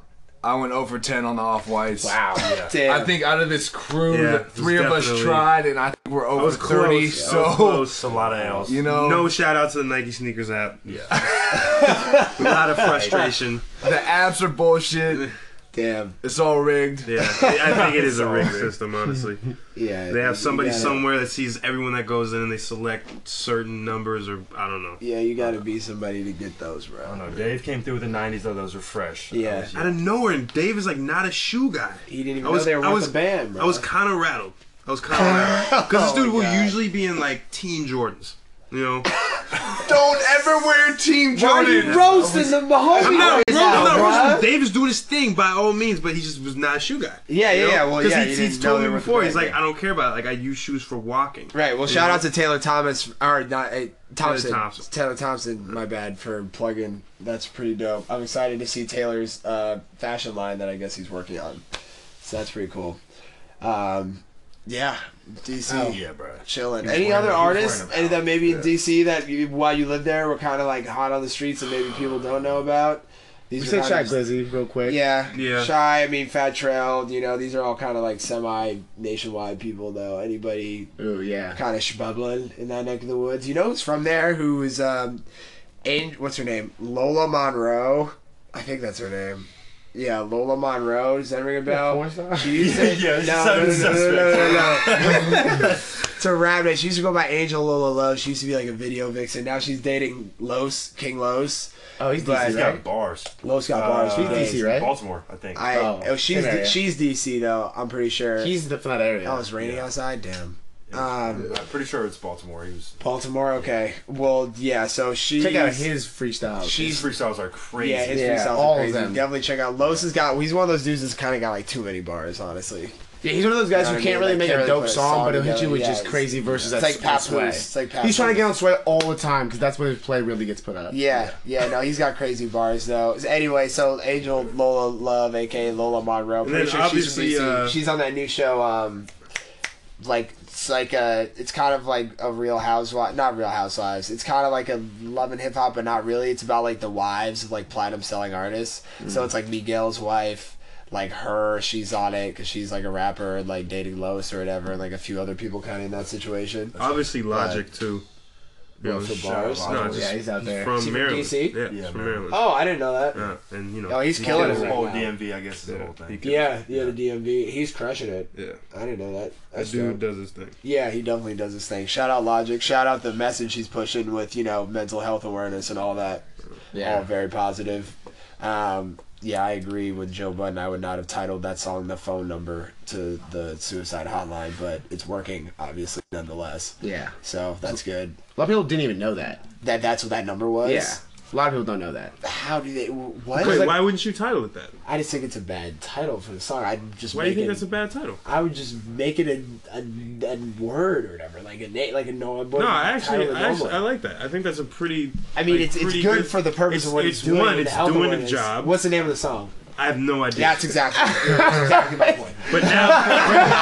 F: I went 0 for 10 on the off whites.
D: Wow. Yeah.
A: Damn.
F: I think out of this crew,
B: Yeah,
F: the
B: it was
F: three of us
B: definitely-
F: tried, and I think we're
B: I
F: over
B: was
F: 30.
B: close. I was
F: So,
B: close.
C: It's a lot of L's.
F: you know,
B: No shout out to the Nike sneakers app. Yeah. a lot of frustration.
F: the abs are bullshit.
G: Damn.
F: It's all rigged.
B: Yeah, I think it is a rigged system, honestly.
G: Yeah.
B: They have
G: you
B: somebody
G: gotta-
B: somewhere that sees everyone that goes in and they select certain numbers or I don't know.
G: Yeah, you gotta be somebody to get those, bro.
C: I don't know. Dave came through with the '90s though; those were fresh.
G: Yeah.
C: I was-
B: Out of nowhere, and Dave is like not a shoe guy.
G: He didn't even
B: I was-
G: know they were
B: I
G: with
B: was-
G: a band, bro.
B: I was kind of rattled. I was kind of rattled because this
G: Oh my
B: dude will
G: God.
B: usually be in like teen Jordans. You know,
G: Don't ever wear Team Why are you
B: Jordan.
G: roasting the Mahoney
B: I'm not,
G: right
B: bro,
G: now,
B: I'm not
G: bruh?
B: roasting- Dave is doing his thing by all means, but he just was not a shoe guy.
A: Yeah, yeah, yeah. Well,
B: Because
A: yeah.
B: he's,
A: you
B: he's
A: didn't know
B: told
A: they
B: me
A: were
B: before, he's
A: friends.
B: like, I don't care about it. Like, I use shoes for walking.
A: Right. Well, shout out to Taylor Thomas or not eh, Thompson. Taylor
B: Thompson.
A: Thompson. My bad for plugging. That's pretty dope. I'm excited to see Taylor's uh, fashion line that I guess he's working on. So that's pretty cool. Um, yeah, DC.
B: Oh.
C: yeah, bro.
A: Chilling.
C: He was
A: Any
C: wearing
A: other
C: a- he was
A: artists
C: wearing a
A: any that
C: bow.
A: maybe in DC that you, while you lived there were kind of like hot on the streets and maybe people don't know about?
D: We
A: These
D: say
A: kind
D: Shy
A: of-
D: Glizzy real quick.
A: Yeah,
B: Yeah.
A: Shy. I mean, Fat Trail. You know, these are all kind of like semi nationwide people though. Anybody
D: Ooh, yeah.
A: kind of shbubbling in that neck of the woods. You know who's from there? Who is um, Ang- what's her name? Lola Monroe. I think that's her name. Yeah, Lola Monroe. Does that ring a bell?
D: Porn star?
A: She used to,
C: Yeah, yeah,
A: no, no, no,
C: sounds
A: no, no, no, no, no, no. It's a rabbit. She used to go by Angel Lola Lowe. She used to be like a video vixen. Now she's dating Los King Los.
D: Oh, he's
A: But-
D: DC,
C: He's
D: right?
C: got bars.
A: Los got bars.
C: Uh,
A: for
D: Oh, She's
A: days.
D: DC, right?
C: Baltimore, I think.
A: I
D: Oh,
A: oh, she's
D: same area.
A: she's DC though. I'm pretty sure.
D: He's the, from that area.
A: oh, it's raining outside. Damn. Um,
C: I'm pretty sure it's Baltimore. He was.
A: Baltimore. Okay. Well, yeah. So she.
D: Check out his freestyle.
C: His
A: She's
C: freestyles are crazy.
A: yeah. His
D: Yeah,
A: freestyles
D: all
A: are
D: of
A: crazy.
D: them.
A: Definitely check out. Los has got. He's one of those dudes that's kind of got like too many bars. Honestly.
D: Yeah, he's one of those guys
A: You know what
D: who
A: I
D: can't
A: mean?
D: really
A: Like,
D: make
A: can't
D: a
A: really
D: dope
A: put a
D: song,
A: song
D: but he'll hit you
A: together.
D: with
A: Yeah,
D: just
A: it's-
D: crazy verses. That's
A: like Papoose.
D: sway.
A: It's like
D: He's trying to get on
A: Papoose.
D: Sway all the time because that's where his play really gets put up.
A: Yeah, yeah, no, he's got crazy bars though. Anyway, so Angel Lola Love, aka Lola Monroe,
B: And
A: pretty
B: then
A: sure she's from
B: obviously,
A: DC.
B: uh,
A: she's on that new show. Um, like it's like a, it's kind of like a Real Housewives, not Real Housewives. It's kind of like a Love and Hip Hop, but not really. It's about like the wives of like platinum selling artists. So it's like Miguel's wife. Like her, she's on it because she's like a rapper, and like dating Lois or whatever, and like a few other people kind of in that situation.
B: Obviously, Logic too. You know,
A: for
B: shout out
A: bars?
B: Logic. No,
D: yeah,
B: just
D: he's out there.
B: from
A: he from
B: Maryland.
A: DC?
B: Yeah,
C: Yeah,
B: he's from
C: Maryland.
B: Maryland.
A: Oh, I didn't know that.
B: Yeah, and you know.
A: Oh, he's
B: he
A: killing
B: did
A: it
C: The
A: right
C: whole
A: now.
C: DMV, I guess, is the whole
B: He
C: thing.
B: killed
A: Yeah, yeah, the DMV. He's crushing it.
B: it. Yeah.
A: I didn't know that.
B: That
A: That's dope.
B: dude does his thing.
A: Yeah, he definitely does his thing. Shout out Logic. Shout out the message he's pushing with you know mental health awareness and all that. All
D: Yeah.
A: very positive. Um, yeah, I agree with Joe Budden. I would not have titled that song the phone number to the suicide hotline, but it's working obviously nonetheless.
D: Yeah.
A: So that's good.
D: A lot of people didn't even know that.
A: That that's what that number was.
D: Yeah. A lot of people don't know that.
A: How do they? wh- What?
B: Wait,
A: Like,
B: why wouldn't you title it that?
A: I just think it's a bad title for the song. I just
B: Why do
A: make
B: you think
A: it-
B: that's a bad title?
A: I would just make it a, a, a word or whatever, like a name, like a no.
B: No, I actually, I actually, I like that. I think that's a pretty.
A: I mean,
B: like,
A: it's, it's
B: pretty
A: good, for the purpose
B: it's,
A: of what
B: it's
A: it's doing.
B: One,
A: and
B: it's
A: the health
B: doing a
A: awareness.
B: job.
A: What's the name of the song?
B: I have no idea.
A: That's exactly, that's exactly my point.
B: but now,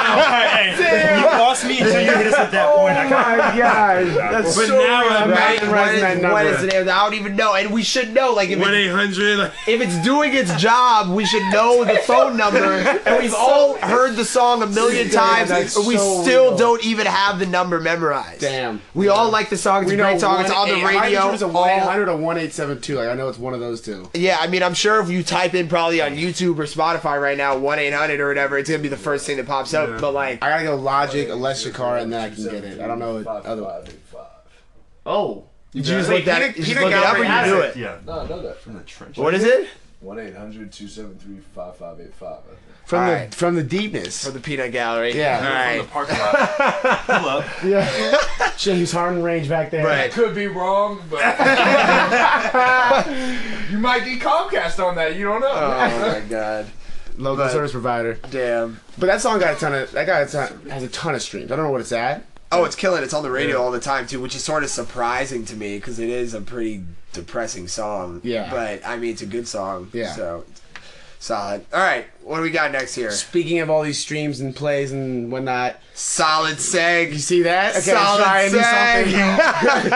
C: Hey, you lost me until you hit us at
A: Oh
C: that point. I got
B: but
D: That's
B: now I'm
A: Right,
B: at
D: memorizing
A: what,
D: that
A: is,
D: number.
A: what is the name? of the- I don't even know, and we should know. Like if
B: one
A: it's,
B: eight hundred. Like,
A: if it's doing its job, we should know the phone number. And we've all heard the song a million times,
D: that's
A: and we
D: so
A: still
D: real.
A: don't even have the number memorized.
D: Damn.
A: we all like the song. It's a great song. It's on the radio.
D: It's a
A: all-
D: 1-800 or 1872. Like, I know it's one of those two.
A: Yeah, I mean, I'm sure if you type in probably on YouTube or Spotify right now, 1 800 or whatever, it's going to be the first thing that pops up. But, like,
D: I gotta go Logic, Alex Shakara, and then I can get it. I don't know
E: Five,
D: other
E: five, eight, five.
D: Oh.
A: you just look, that, you just look it up and you do it.
C: Yeah.
E: No, I know that.
F: the trench.
A: What is it?
E: 1 800 273 5585.
D: From the
A: Alright.
D: from the deepness.
A: For the Peanut Gallery.
D: Yeah.
A: All
C: From
A: right.
C: the parking lot. Pull up.
D: Yeah. James Harden range back there.
A: Right.
E: Could be wrong, but. you might get Comcast on that. You don't know.
A: Oh, my God.
D: Local service provider.
A: Damn.
D: But that song got a ton of that got a ton has a ton of streams. I don't know what it's at.
A: Oh, it's killing. It's on the radio all the time, too, which is sort of surprising to me because it is a pretty depressing song.
D: Yeah.
A: But, I mean, it's a good song.
D: Yeah.
A: So, solid. All right. What do we got next here?
D: Speaking of all these streams and plays and whatnot,
A: Solid seg.
D: you see that? Okay,
A: Solid
D: sorry, I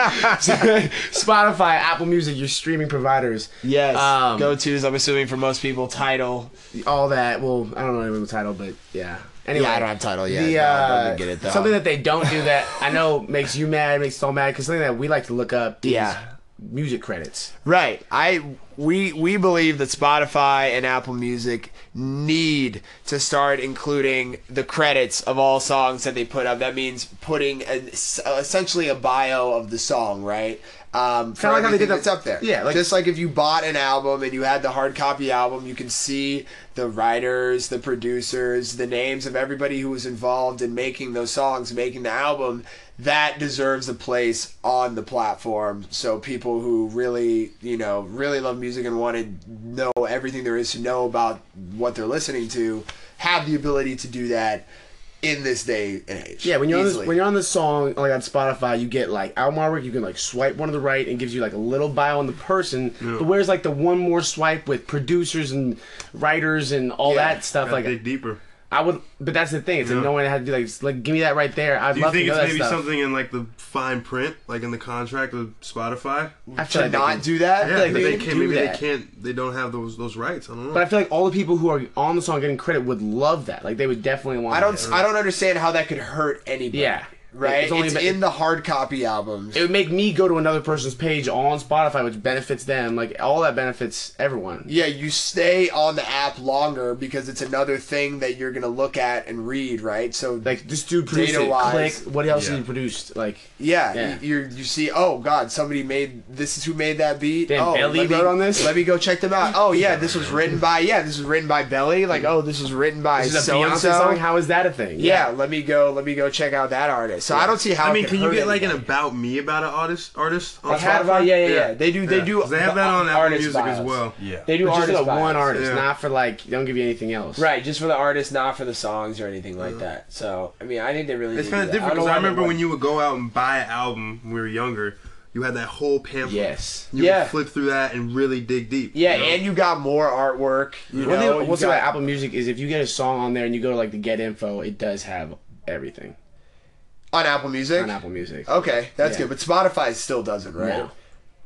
D: need
A: seg.
D: something. Spotify, Apple Music, your streaming providers,
A: Yes.
D: Um,
A: Go tos, I'm assuming, for most people. Title.
D: all that. Well, I don't know the title, but yeah. Anyway,
A: yeah, I don't have title yet.
D: the
A: no, I
D: uh,
A: don't get it though.
D: something that they don't do that I know makes you mad, makes so mad because something that we like to look up. is
A: yeah.
D: music credits.
A: Right. I we we believe that Spotify and Apple Music need to start including the credits of all songs that they put up. That means putting an, essentially a bio of the song, right? Um, for
D: Kinda like how they
A: everything
D: did that-
A: that's up there.
D: yeah, like-
A: just like if you bought an album and you had the hard copy album, you can see the writers, the producers, the names of everybody who was involved in making those songs, making the album. That deserves a place on the platform. So people who really, you know, really love music and want to know everything there is to know about what they're listening to have the ability to do that in this day and age.
D: Yeah, when you're on this,
A: Easily.
D: when you're on the song like on Spotify, you get like album artwork. You can like swipe one to the right and gives you like a little bio on the person. But where's like the one more swipe with producers and writers and all
A: Yeah,
D: that stuff? Like
B: dig deeper.
D: I would, but that's the thing. It's annoying. I had to do like, s- like give me that right there. I'd
B: Do you
D: love
B: think
D: to
B: it's
D: know
B: maybe
D: that stuff.
B: something in like the fine print, like in the contract with Spotify?
D: I
A: to
D: feel like they
A: not
D: can-
A: do that.
B: Yeah,
D: like
B: but
D: they
B: they
D: can
B: can't.
D: do
B: Maybe
D: that.
B: they can't. They don't have those those rights. I don't know.
D: But I feel like all the people who are on the song getting credit would love that. Like they would definitely want.
A: I don't.
D: It,
A: I don't understand how that could hurt anybody.
D: Yeah.
A: Right. It's,
D: It's only about-
A: in the hard copy albums.
D: it would make me go to another person's page on Spotify, which benefits them. Like all that benefits everyone.
A: yeah, you stay on the app longer because it's another thing that you're gonna look at and read, right? So
D: Like this dude produced it. Click.
A: Data-wise.
D: What else
B: Yeah.
D: did he produce? Like
A: yeah,
D: Yeah.
A: you you you see, oh god, somebody made this is who made that beat.
D: Damn,
A: oh,
D: Belly
A: let me-
D: wrote on this?
A: Let me go check them out. Oh yeah, this was written by yeah, this was written by Belly. Like oh, this was written by
D: this is a
A: so and
D: Beyonce
A: so.
D: song. How is that a thing?
A: Yeah, let me go. Let me go check out that artist. So I don't see how.
B: I
A: it
B: mean,
A: could
B: can you
A: hurt
B: get like an
A: anybody.
B: about me about an artist artist on
A: Like, have- uh, yeah,
B: Spotify?
A: yeah, yeah, They do. They
B: Yeah.
A: do.
B: 'Cause They have that on Apple
A: artist
B: Music as
A: bios.
B: well.
C: Yeah.
A: They do
D: But
A: artist
D: just for the
A: bios.
D: one artist,
B: Yeah.
D: not for like. they Don't give you anything else.
G: Right, just for the artists, not for the songs or anything like that. So, I mean, I think they really.
B: It's
G: need
B: kind of
G: that.
B: different
G: don't
B: because
G: know
B: I
G: why they
B: remember when
G: wouldn't.
B: you would go out and buy an album when we were younger. You had that whole pamphlet.
D: Yes.
B: You
G: Yeah.
B: could flip through that and really dig deep.
A: Yeah,
B: you know?
A: and you got more artwork. You
D: One
A: know,
D: thing,
A: you
D: what's
A: got-
D: about Apple Music is if you get a song on there and you go to like the get info, it does have everything
A: on Apple Music?
D: on Apple Music.
A: Okay, that's
D: Yeah.
A: good. But Spotify still doesn't, right?
D: No.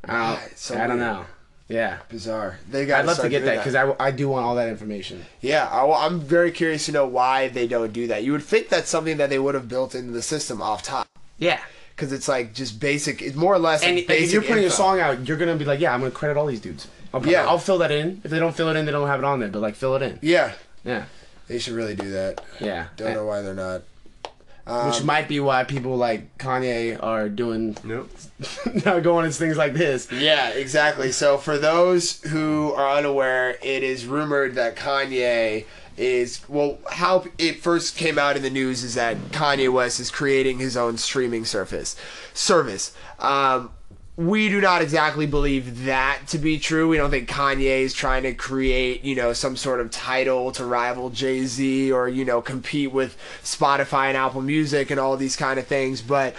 D: I
A: God,
D: don't,
A: Ah, it's so
D: I don't
A: weird.
D: know. Yeah.
A: Bizarre. They got.
D: I'd love to get that because I, I do want all that information.
A: yeah, I, am very curious to know why they don't do that. You would think that's something that they would have built into the system off top
D: Yeah.
A: because it's like just basic. It's more or less
D: And
A: like,
D: like, if
A: basic
D: you're putting a
A: info.
D: song out, you're gonna be like, yeah, I'm gonna credit all these dudes. I'll put-
A: Yeah.
D: I'll fill that in. If they don't fill it in, they don't have it on there. But like, fill it in.
A: Yeah,
D: Yeah.
A: they should really do that.
D: Yeah.
A: Don't know why they're not. Um,
D: Which might be why people like Kanye are doing
B: Nope.
D: now going as things like this.
A: Yeah, exactly. So for those who are unaware, it is rumored that Kanye is well how it first came out in the news is that Kanye West is creating his own streaming surface service. Um we do not exactly believe that to be true. We don't think Kanye is trying to create, you know, some sort of title to rival Jay Z or, you know, compete with Spotify and Apple Music and all these kind of things. But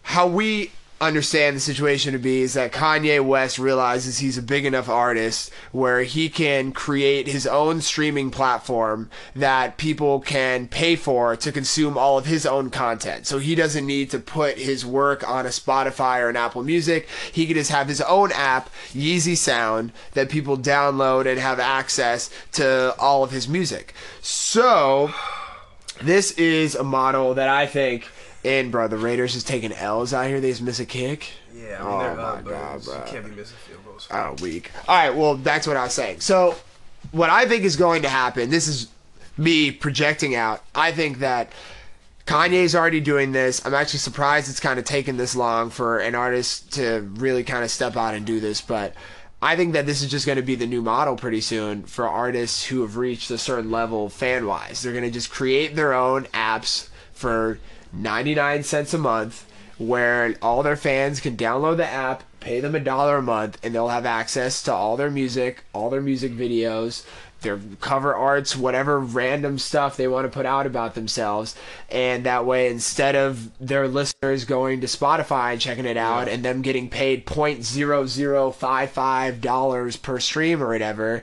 A: how we understand the situation to be is that Kanye West realizes he's a big enough artist where he can create his own streaming platform that people can pay for to consume all of his own content. So he doesn't need to put his work on a Spotify or an Apple Music. He can just have his own app, Yeezy Sound, that people download and have access to all of his music. So this is a model that I think. And bro, the Raiders is taking L's out here. They just miss a kick.
B: Yeah,
A: Oh they're my up, but God, it's- you bro.
B: can't be missing field goals.
A: Oh, weak. All right. Well, that's what I was saying. So, what I think is going to happen. This is me projecting out. I think that Kanye's already doing this. I'm actually surprised it's kind of taken this long for an artist to really kind of step out and do this, but I think that this is just going to be the new model pretty soon for artists who have reached a certain level fan wise. They're going to just create their own apps for 99 cents a month where all their fans can download the app, pay them a dollar a month, and they'll have access to all their music, all their music videos, their cover arts, whatever random stuff they want to put out about themselves. And that way, instead of their listeners going to Spotify and checking it out and them getting paid $0.0055 per stream or whatever,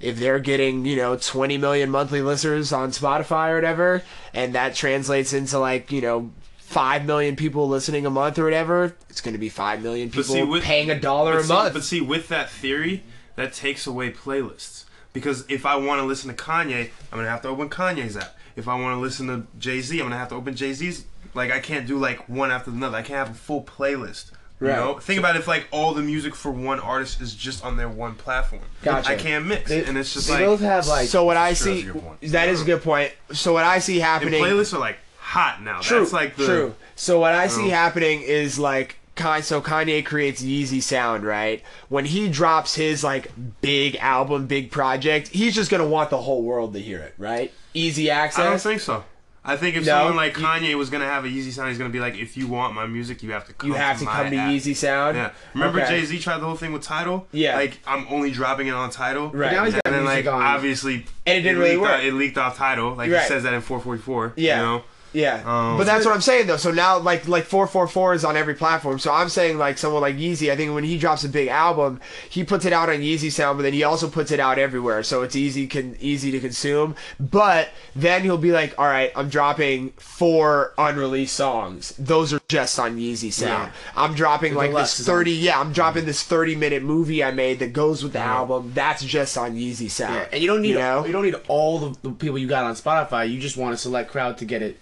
A: if they're getting, you know, 20 million monthly listeners on Spotify or whatever, and that translates into like, you know, 5 million people listening a month or whatever, it's going to be 5 million people paying a dollar
B: but
A: a
B: see-
A: month.
B: But see, with that theory, that takes away playlists. Because if I want to listen to Kanye, I'm gonna have to open Kanye's app. If I want to listen to Jay Z, I'm gonna have to open Jay Z's. Like I can't do like one after another. I can't have a full playlist You
D: Right.
B: know, think about if like all the music for one artist is just on their one platform.
D: Gotcha.
B: I can't mix,
D: They-
B: and it's just
D: they
B: like
D: both have like
A: so what I
C: Sure,
A: see
C: that's a good point.
A: that is a good point. So what I see
B: and
A: happening
B: playlists are like hot now.
A: True.
B: That's like the Oh.
A: true. So what I see happening is like kind. So Kanye creates Yeezy sound, right? When he drops his like big album, big project, he's just gonna want the whole world to hear it, right? Easy
B: I don't
A: access.
B: think so. I think if
A: No,
B: someone like Kanye was gonna have a Yeezy sound, he's gonna be like, if you want my music, you have to come.
A: you have to
B: my
A: come to
B: app.
A: Yeezy sound.
B: Yeah. Remember
A: Okay.
B: Jay Z tried the whole thing with Title?
A: Yeah.
B: Like I'm only dropping it on Title.
A: Right. But now
D: he's got
B: and then
D: music
B: like
D: on.
B: obviously
A: And it didn't really
B: leaked
A: work.
B: Out, it leaked off Title. Like
A: Right.
B: he says that in 444.
A: Yeah.
B: You know?
A: Yeah,
B: Um,
A: but that's what I'm saying though. So now, like, like four four four is on every platform. So I'm saying like someone like Yeezy. I think when he drops a big album, he puts it out on Yeezy Sound, but then he also puts it out everywhere. So it's easy can easy to consume. But then he'll be like, all right, I'm dropping four unreleased songs. Those are just on Yeezy Sound. I'm dropping like
D: deluxe
A: this
D: is on-
A: thirty. Yeah, I'm dropping this thirty minute movie I made that goes with the album. That's just on Yeezy Sound.
D: Yeah, and you don't need
A: you
D: you,
A: know?
D: don't need all the, the people you got on Spotify. You just want a select crowd to get it,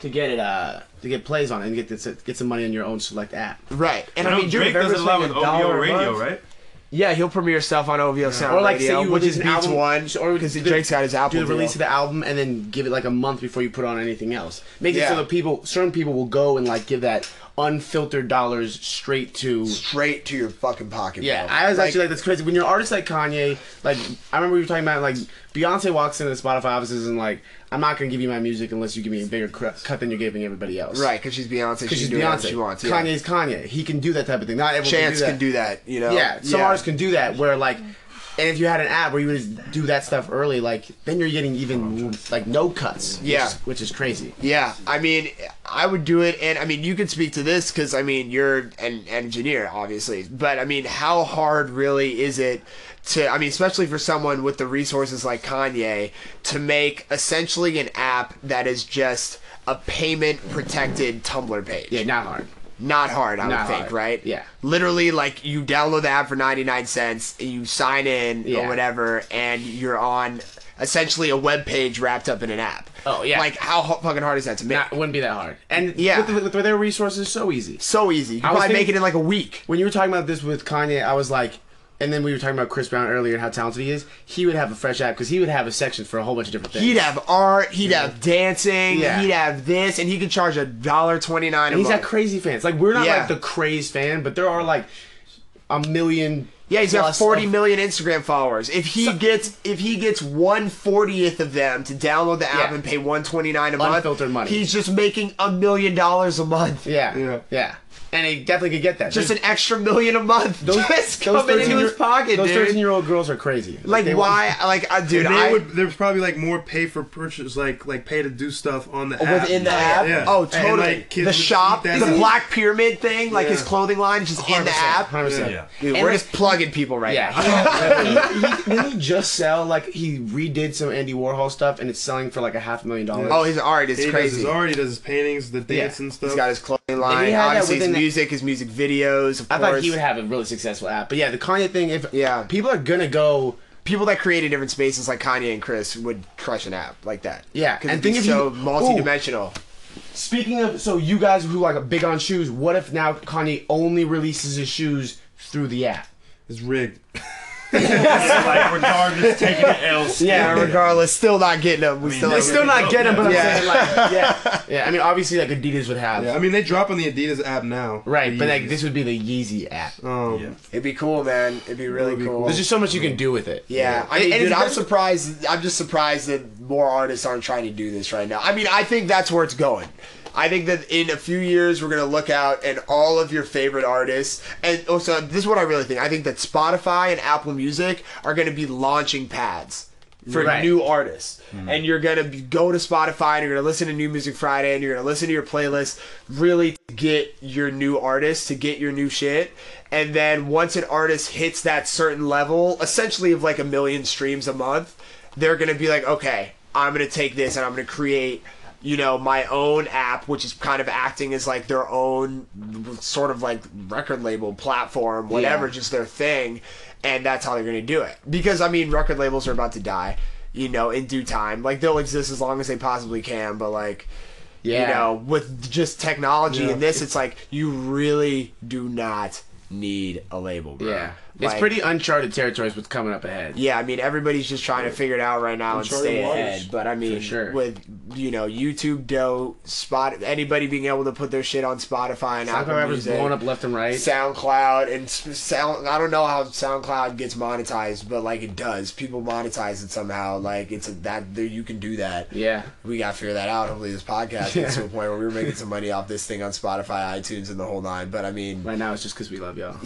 D: to get it, uh, to get plays on it and get this, get some money on your own select app.
A: right. And
B: I
A: I
B: know
A: mean, dude,
B: Drake
A: if
B: does it a lot with
A: everyone's paying a
B: OVO
A: dollar a
B: Radio,
A: month-
B: right?
A: Yeah, he'll premiere stuff on OVO Sound
D: Or like
A: Radio,
D: say you
A: which is
D: release an
A: Beats
D: album-
A: One,
D: or
A: because
D: do-
A: Drake's got his Apple
D: do the
A: deal.
D: release of the album and then give it like a month before you put on anything else. Make it
A: Yeah.
D: so that people, certain people will go and like give that unfiltered dollars straight to.
G: Straight to your fucking pocket.
D: Yeah,
G: bro.
D: I was actually like, that's crazy. When you're an artist like Kanye, like I remember you were talking about like Beyonce walks into the Spotify offices and like, I'm not gonna give you my music unless you give me a bigger cr- cut than you're giving everybody else.
A: right? Because she's Beyonce, she
D: Because she's
A: can do whatever
D: Beyonce.
A: she wants. yeah.
D: Kanye's Kanye. He can do that type of thing. Not everyone
A: Chance
D: can
A: can do that, you know.
D: Yeah, some artists can do that. Where like, and if you had an app where you would just do that stuff early, like then you're getting even like no cuts. which
A: Yeah.
D: is- which is crazy.
A: Yeah, I mean, I would do it, and I mean, you could speak to this because I mean, you're an engineer, obviously, but I mean, how hard really is it to? I mean, especially for someone with the resources like Kanye, to make essentially an app that is just a payment protected Tumblr page.
D: Yeah, not hard.
A: Not hard, I
D: Not
A: would think,
D: hard.
A: right?
D: Yeah.
A: Literally, like you download the app for ninety nine cents, you sign in or
D: Yeah.
A: whatever, and you're on essentially a web page wrapped up in an app.
D: Oh, yeah.
A: Like how ho- fucking hard is that to make?
D: Not wouldn't be that hard. And
A: Yeah.
D: yeah, with, with their resources, so easy.
A: so easy. You could
D: I was
A: probably make
D: thinking-
A: it in like a week.
D: When you were talking about this with Kanye, I was like, and then we were talking about Chris Brown earlier and how talented he is. He would have a fresh app because he would have a section for a whole bunch of different things.
A: He'd have art. He'd have dancing.
D: Yeah.
A: He'd have this, and he could charge a dollar twenty nine a
D: And he's
A: month.
D: got crazy fans. Like we're not
A: Yeah.
D: like the craze fan, but there are like a million.
A: yeah, he's got
D: plus
A: forty
D: of-
A: million Instagram followers. If he gets if he gets one fortieth of them to download the app
D: Yeah.
A: and pay one twenty nine a
D: Unfiltered
A: month,
D: money.
A: he's just making a million dollars a month.
D: Yeah,
B: Yeah.
D: yeah, And he definitely could get that.
A: Just
D: There's-
A: an extra million a month just coming into
D: 13
A: his
D: year-
A: pocket,
D: Those
A: dude.
D: thirteen-year-old girls are crazy.
A: like
D: they want-
A: why? Like, uh, dude,
B: they
A: I
B: would there's probably like more pay for purchase like like pay to do stuff on the app.
A: within the app.
B: Yeah.
A: Oh,
B: And,
A: totally.
B: like, kids
A: the
B: would
A: shop,
B: eat
A: the
B: that up.
A: Black Pyramid thing, like his
B: Yeah.
A: clothing line, is just in the
D: 100%,
A: app.
D: 100%.
C: Yeah.
A: Dude,
D: And
A: we're
D: like-
A: just plugging people right now.
D: Yeah. he, he, he- didn't he just sell like he redid some Andy Warhol stuff and it's selling for like a half million dollars?
A: Oh, his art is
B: He does
A: crazy.
B: his art, he does his paintings, the dance and stuff.
A: He's got his clothing
D: he
A: line.
D: had that
A: Obviously, his
D: within the-
A: music, his music videos. Of
D: I
A: course,
D: thought he would have a really successful app. But yeah, the Kanye thing. If
A: Yeah.
D: people are gonna go.
A: people that created different spaces, like Kanye and Chris, would crush an app like that.
D: Yeah,
A: because
D: and
A: it'd be
D: think if
A: so
D: you-
A: multi-dimensional.
D: Speaking of, so you guys who like are big on shoes, what if now Kanye only releases his shoes through the app?
B: it's rigged.
C: like regardless, taking it else.
A: Yeah, regardless, still not getting them. We still,
C: that
A: we
C: would
A: still
C: be
A: not
C: dope,
A: getting them.
C: yeah.
A: But
D: Yeah,
A: yeah.
D: like, yeah, yeah. I mean, obviously, like Adidas would have,
B: Yeah, I mean they drop on the Adidas app now.
D: right?
B: The
D: But like,
B: Yeezys.
D: this would be the Yeezy app.
B: um,
C: Yeah.
G: It'd be cool, man. It'd be really
B: It'd be
G: cool.
D: There's just so much you can do with it.
G: Yeah, I mean,
A: And
G: dude,
A: it's-
G: I'm surprised. I'm just surprised that more artists aren't trying to do this right now. I mean, I think that's where it's going. I think that in a few years we're gonna look out and all of your favorite artists. And also, this is what I really think. I think that Spotify and Apple Music are gonna be launching pads for
D: Right.
G: new artists, and you're gonna be, go to Spotify and you're gonna listen to New Music Friday and you're gonna listen to your playlist. Really to get your new artists to get your new shit. And then once an artist hits that certain level, essentially of like a million streams a month, they're gonna be like, okay, I'm gonna take this and I'm gonna create, you know, my own app, which is kind of acting as like their own sort of like record label platform, whatever, just their thing. And that's how they're gonna do it. Because I mean, record labels are about to die, you know, in due time. Like they'll exist as long as they possibly can, but like.
D: Yeah.
A: You know, with just technology
D: Yeah.
A: and this, it's like you really do not need a label, bro.
D: Yeah. It's
A: Like-
D: pretty uncharted territories what's coming up ahead.
A: Yeah, I mean everybody's just trying to figure it out right now and
H: Uncharted
A: stay
H: waters.
A: ahead. But I mean,
D: sure.
A: with you know YouTube, Doe, Spot, anybody being able to put their shit on Spotify and
D: Taco
A: Apple
D: rappers
A: Music,
D: blowing up left and right.
A: SoundCloud, and s- Sound. I don't know how SoundCloud gets monetized, but like it does. People monetize it somehow. Like it's a, that there you can do that.
D: Yeah.
A: We gotta figure that out. Hopefully, this podcast gets to a point where we were making some money off this thing on Spotify, iTunes, and the whole nine. But I mean,
D: Right now it's just because we love y'all.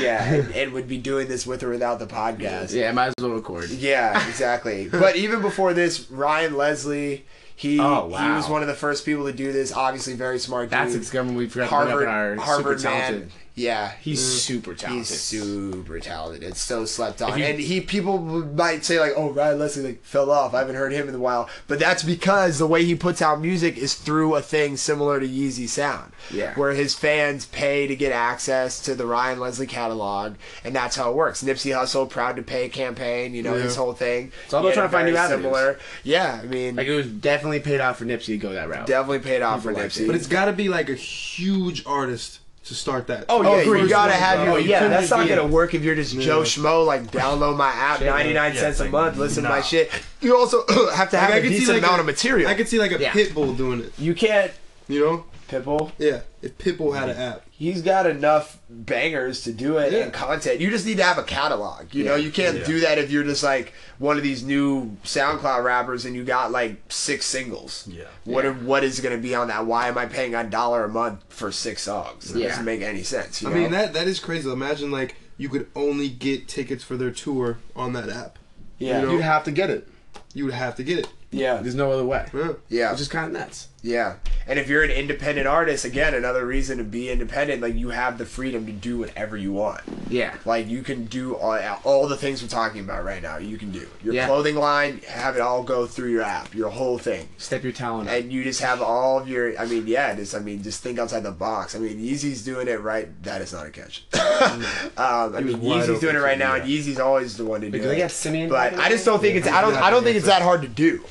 A: yeah, and, and would be doing this with or without the podcast.
D: Yeah, might as well record.
A: Yeah, exactly. but even before this, Ryan Leslie, he
D: Oh, wow.
A: he was one of the first people to do this. Obviously, very smart.
D: That's a
A: dude.
D: discovery we forgot to
A: Harvard
D: bring up in our
A: Harvard
D: super
A: man.
D: talented.
A: Yeah,
D: He's
G: Mm.
D: super talented.
A: he's super talented. It's so slept on,
D: you-
A: and he people might say like, "Oh, Ryan Leslie like fell off. I haven't heard him in a while." But that's because the way he puts out music is through a thing similar to Yeezy Sound,
D: Yeah.
A: where his fans pay to get access to the Ryan Leslie catalog, and that's how it works. Nipsey Hussle, proud to pay campaign, you know his whole thing. It's
D: all about trying to find new avenues.
A: similar. Yeah, I mean,
D: like it was definitely paid off for Nipsey to go that route.
A: definitely paid off for
D: People liked
A: Nipsey.
B: But it's got to be like a huge artist to start that.
A: Oh, yeah,
B: agree.
A: you gotta have
B: Oh,
A: your.
B: you
A: Yeah,
B: couldn't
A: that's not
B: be-
A: gonna work if you're just Joe Schmo. Like, download my app, ninety nine
C: yeah,
A: cents a
C: like,
A: month, listen to my
C: nah.
A: shit. You also have to have
B: I
A: a
B: could see,
A: decent
B: like,
A: amount
B: a-
A: of material.
B: I could see like a
A: Yeah.
B: Pitbull doing it.
A: you can't
B: You know?
A: Pitbull.
B: Yeah. If Pitbull had an app.
A: He's got enough bangers to do it
B: Yeah.
A: and content. You just need to have a catalog. You know, you can't do that if you're just like one of these new SoundCloud rappers and you got like six singles.
C: Yeah.
A: What are- what is gonna be on that? Why am I paying a dollar a month for six songs? That
D: Yeah.
A: doesn't make any sense. You
B: I
A: know?
B: mean that that is crazy. Imagine like you could only get tickets for their tour on that app.
A: yeah,
B: you know?
D: You'd have to get it.
B: You would have to get it.
A: yeah,
D: There's no other way.
G: Mm.
B: Yeah.
A: yeah.
D: Which is kind of nuts.
A: Yeah. And if you're an independent artist, again, another reason to be independent, like you have the freedom to do whatever you want.
D: Yeah.
A: Like you can do all, all the things we're talking about right now. You can do your
D: Yeah.
A: clothing line, have it all go through your app, your whole thing.
D: Step your talent up.
A: And you just have all of your, I mean, yeah, just, I mean, just think outside the box. I mean, Yeezy's doing it right. That is not a catch. um, I mean,
B: wide
A: Yeezy's
B: open
A: doing it right
B: too,
A: now,
B: yeah.
A: and Yeezy's always the one to do
D: Because they got
A: it.
D: Simeon.
A: But I just don't think it's, I don't, I don't think it's that hard to do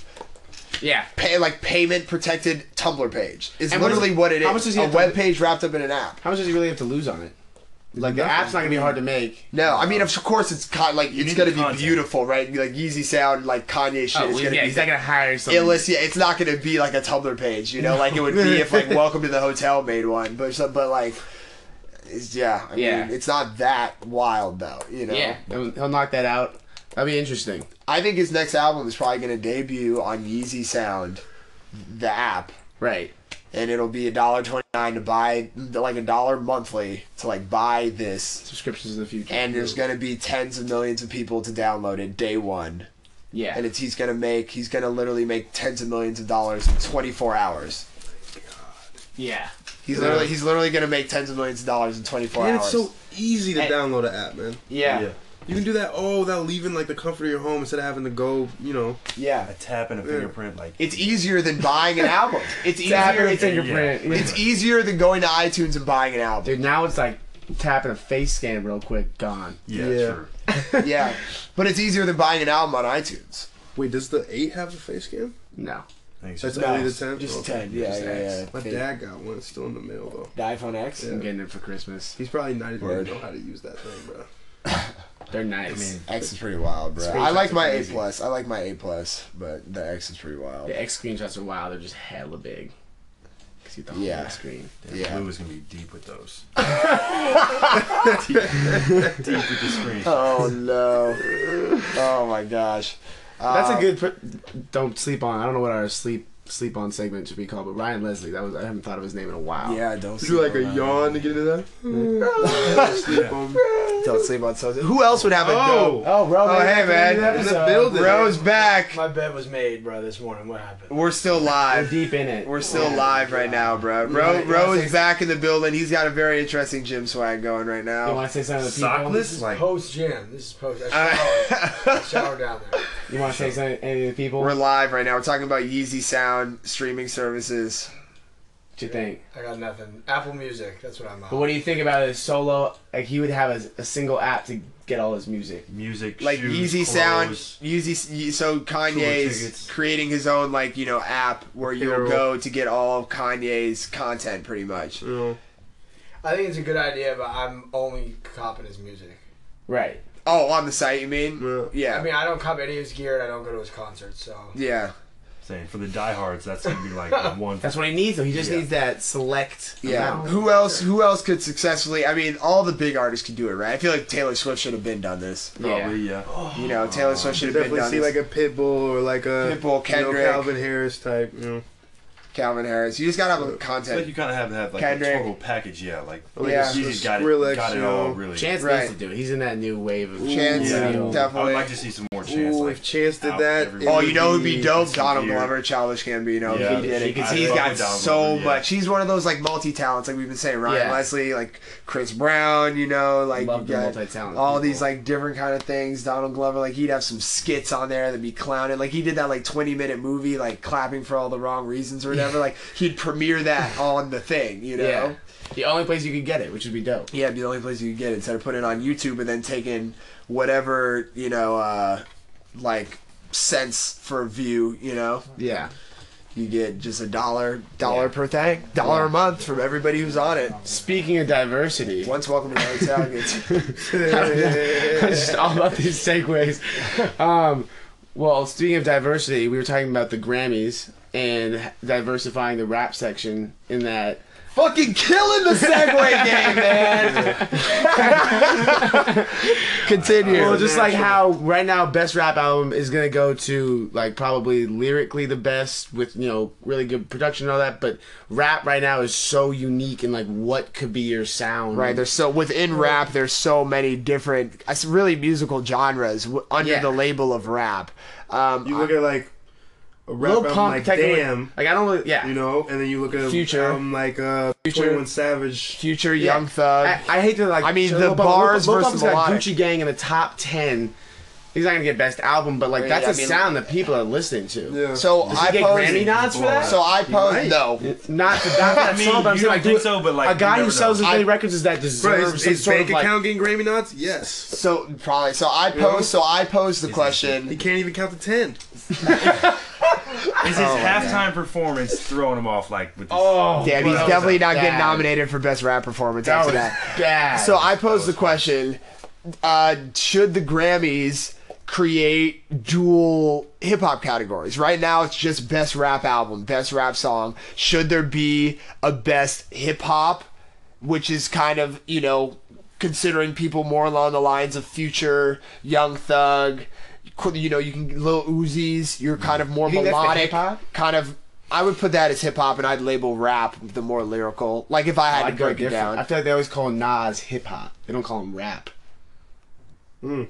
D: Yeah.
A: pay like payment protected Tumblr page. It's
D: And what
A: literally
D: is-
A: what it is.
D: how much does he
A: a
D: have to-
A: web page wrapped up in an app.
D: How much does he really have to lose on it? Like the app's not gonna be hard to make.
A: No, I mean of course it's con- like it's
C: need
A: gonna
C: the
A: be
C: content.
A: beautiful, right? Like Yeezy sound, like Kanye
D: Oh,
A: shit. it's gonna be
D: gonna hire
A: illest. Yeah, it's not gonna be like a Tumblr page, you know, like it would be if like Welcome to the Hotel made one, but so- but like. It's, yeah, I
D: Yeah.
A: mean, it's not that wild though, you know.
D: Yeah. He'll, he'll knock that out. That'd be interesting.
A: I think his next album is probably gonna debut on Yeezy Sound, the app,
D: Right.
A: and it'll be a dollar twenty nine to buy like a dollar monthly to like buy this
D: Subscriptions in the future.
A: and there's gonna be tens of millions of people to download it day one
D: yeah.
A: and it's he's gonna make he's gonna literally make tens of millions of dollars in 24 hours
D: yeah.
A: he's literally he's literally gonna make tens of millions of dollars in 24
B: And
A: hours
B: it's so easy to
D: And-
B: download an app, man.
D: Yeah.
C: Yeah.
B: You can do that all without leaving like the comfort of your home instead of having to go, you know.
A: yeah
C: A tap and a fingerprint, like
A: it's easier than buying an album it's easier it's,
D: fingerprint.
A: it's easier than going to itunes and buying an album
D: Dude, now it's like tapping a face scan real quick. Gone.
C: yeah,
B: Yeah.
C: true.
A: yeah but it's easier than buying an album on itunes
B: Wait, does the eight have a face cam?
D: No.
C: Thanks.
B: That's
A: No,
B: only the ten.
A: just
B: Okay.
A: 10 yeah yeah, yeah.
B: My dad got one. It's still in the mail though.
A: the iphone x
B: Yeah.
D: I'm getting it for Christmas.
B: He's probably not even gonna
A: Word.
B: know how to use that thing, bro.
D: They're nice.
C: I mean,
A: X is pretty wild, bro.
D: Screenshots
A: I like
D: are
A: my A
D: crazy.
A: plus. I like my A plus, but the X is pretty wild.
D: the X screenshots are wild. They're just hella big. Cause you the
A: Yeah.
D: whole screen.
C: damn,
A: yeah.
C: Blue is gonna be deep with those. deep, deep with the screen.
A: Oh no! Oh my gosh!
D: That's
A: Uh,
D: a good. Pr- don't sleep on. I don't know what our sleep sleep on segment should be called, but Ryan Leslie. That was I haven't thought of his name in a while.
A: Yeah, don't
B: Do
A: sleep
B: like a
A: on-
B: yawn to get into that. Sleep on.
A: Don't sleep on something. Who else would have a
B: Oh,
A: dope?
F: Oh, bro.
A: Oh, hey man,
B: in the building.
A: Rose back.
F: My bet was made, bro, this morning. What happened?
A: We're still
D: I'm
A: live.
D: deep in it.
A: We're still live right now, bro. Ro- Rose back in the building. He's got a very interesting gym swag going right
D: You
A: now.
D: want to say something to the people?
C: Sockless, like
F: Post gym. This is post. I showered,
A: Uh,
F: I showered down there.
D: You want to say something to any of the people?
A: We're
D: What
A: live right now. We're talking about Yeezy Sound streaming services.
D: you think?
F: I got nothing. Apple Music. That's what I'm
D: But
F: on.
D: what do you think about his solo? Like he would have a, a single app to get all his music.
B: music,
A: like
B: shoes,
A: Yeezy Sound,
B: clothes.
A: Yeezy. So Kanye's
B: tickets.
A: creating his own like you know app where you'll
B: Apparel.
A: go to get all of Kanye's content, pretty much.
B: You know,
I: I think it's a good idea, but I'm only copying his music.
D: Right.
A: Oh, on the site, you mean?
B: yeah.
A: Yeah,
I: I mean, I don't copy any of his gear, and I don't go to his concerts, so.
A: yeah,
C: Saying for the diehards, that's gonna be like the one.
D: That's what he needs though. He just
C: Yeah.
D: needs that select.
A: yeah.
D: amount.
A: Who else? Who else could successfully? I mean, all the big artists could do it, right? I feel like Taylor Swift should have been done this.
D: Yeah.
C: yeah.
A: You know, Taylor Swift
B: Oh, You
A: should have been
B: definitely
A: done
B: see
A: this.
B: like a Pitbull or like a
A: Pitbull,
B: you
A: Kendrick,
B: know, Calvin Harris type. You know,
A: Calvin Harris. You just gotta have a
C: It's like
A: content.
C: you kind of have to have like
A: Kendrick.
C: a total package, yeah. Like
B: Or like
A: Yeah.
B: a
C: Yeezy's got
B: Skrillex,
C: it, got
B: you
C: it
B: know.
C: all really.
D: Chance
A: Right.
D: needs to do it. He's in that new wave of
A: Chance,
D: you
C: Yeah.
D: know,
C: I would like
A: definitely.
C: to see some more Chance.
B: Ooh,
C: like,
B: if Chance did
C: out
B: that,
C: everywhere.
A: Oh, you know who'd be
B: it'd
A: dope?
C: some
A: Donald
C: gear.
A: Glover, Childish Gambino.
C: Yeah.
A: if He did it
D: He
A: because
D: could-
A: he's
D: I'd
A: got
C: love Donald
A: so
C: Glover, yeah.
A: much. He's one of those like multi talents, like we've been saying. Ryan
D: Yeah.
A: Leslie, like Chris Brown. You know, like
D: Love
A: you
D: the
A: got
D: multi-talented
A: all
D: people.
A: these like different kind of things. Donald Glover, like he'd have some skits on there that'd be clowning. Like he did that like twenty minute movie, like clapping for all the wrong reasons or whatever. Like he'd premiere that on the thing. You know.
D: Yeah. The only place you could get it, which would be dope.
A: Yeah, it'd be the only place you could get it instead of putting it on YouTube and then taking whatever, you know, uh, like cents for view, you know.
D: Yeah.
A: You get just a dollar dollar per thing, dollar a month from everybody who's on it.
D: Speaking of diversity,
A: Once welcome to the hotel gets
D: it's just all about these segues. Um, well, speaking of diversity, we were talking about the Grammys and diversifying the rap section in that.
A: fucking killing the Segway game, man. Continue.
D: Well, just like how right now, best rap album is gonna go to like probably lyrically the best with you know really good production and all that, but rap right now is so unique in like what could be your sound.
A: Right, there's so within rap, there's so many different, it's really musical genres w- under
D: Yeah.
A: the label of rap. Um,
B: you look at like a rap
D: Lil
B: album
D: Pump,
B: like
D: technically-
B: Damn,
D: Like I don't, really, yeah.
B: you know, and then you look at
D: Future.
B: Future. album like uh,
D: Future.
B: Twenty One Savage.
A: Future,
D: Yeah.
A: Young Thug.
D: I, I hate to like.
A: I mean, the
D: Lil Pump-
A: bars
D: Lil Pump- Lil
A: versus
D: Pump's got
A: melodic.
D: Gucci Gang in the top ten. He's not gonna get best album, but like
A: Yeah,
D: that's
A: I
D: a
A: mean-
D: sound that people are listening to.
B: Yeah.
A: So I
D: get
A: posed.
D: Grammy nods for that?
A: So I posed. No,
D: Not to not that
C: I mean,
D: song, but I'm saying
C: you don't
D: like,
C: think
D: do-
C: so, but, like,
D: a
C: you
D: guy who
C: never
D: sells
C: know.
D: as many records as that
B: Bro,
D: deserves
B: is,
D: some
B: is
D: sort
B: bank
D: of like.
B: account getting Grammy nods? Yes.
A: So probably. So I posed. So I posed the
B: He
A: question.
B: can't even count to ten.
C: Is his halftime performance throwing him off? Like with this,
D: Oh,
A: Damn, he's
C: that was
A: definitely not getting
D: bad.
A: nominated for best rap performance
D: that
A: after
D: was
A: that.
D: bad.
A: So I posed the question: uh, Should the Grammys create dual hip hop categories? Right now, it's just best rap album, best rap song. Should there be a best hip hop, which is kind of you know considering people more along the lines of Future, Young Thug. qu- You know, you can little Uzis. You're kind of more
D: You think that's the
A: melodic,
D: hip-hop?
A: kind of. I would put that as hip hop, and I'd label rap the more lyrical. Like if I had
D: I
A: to
D: Oh, go
A: break it
D: different.
A: down,
D: I feel like they always call Nas hip hop. They don't call him rap.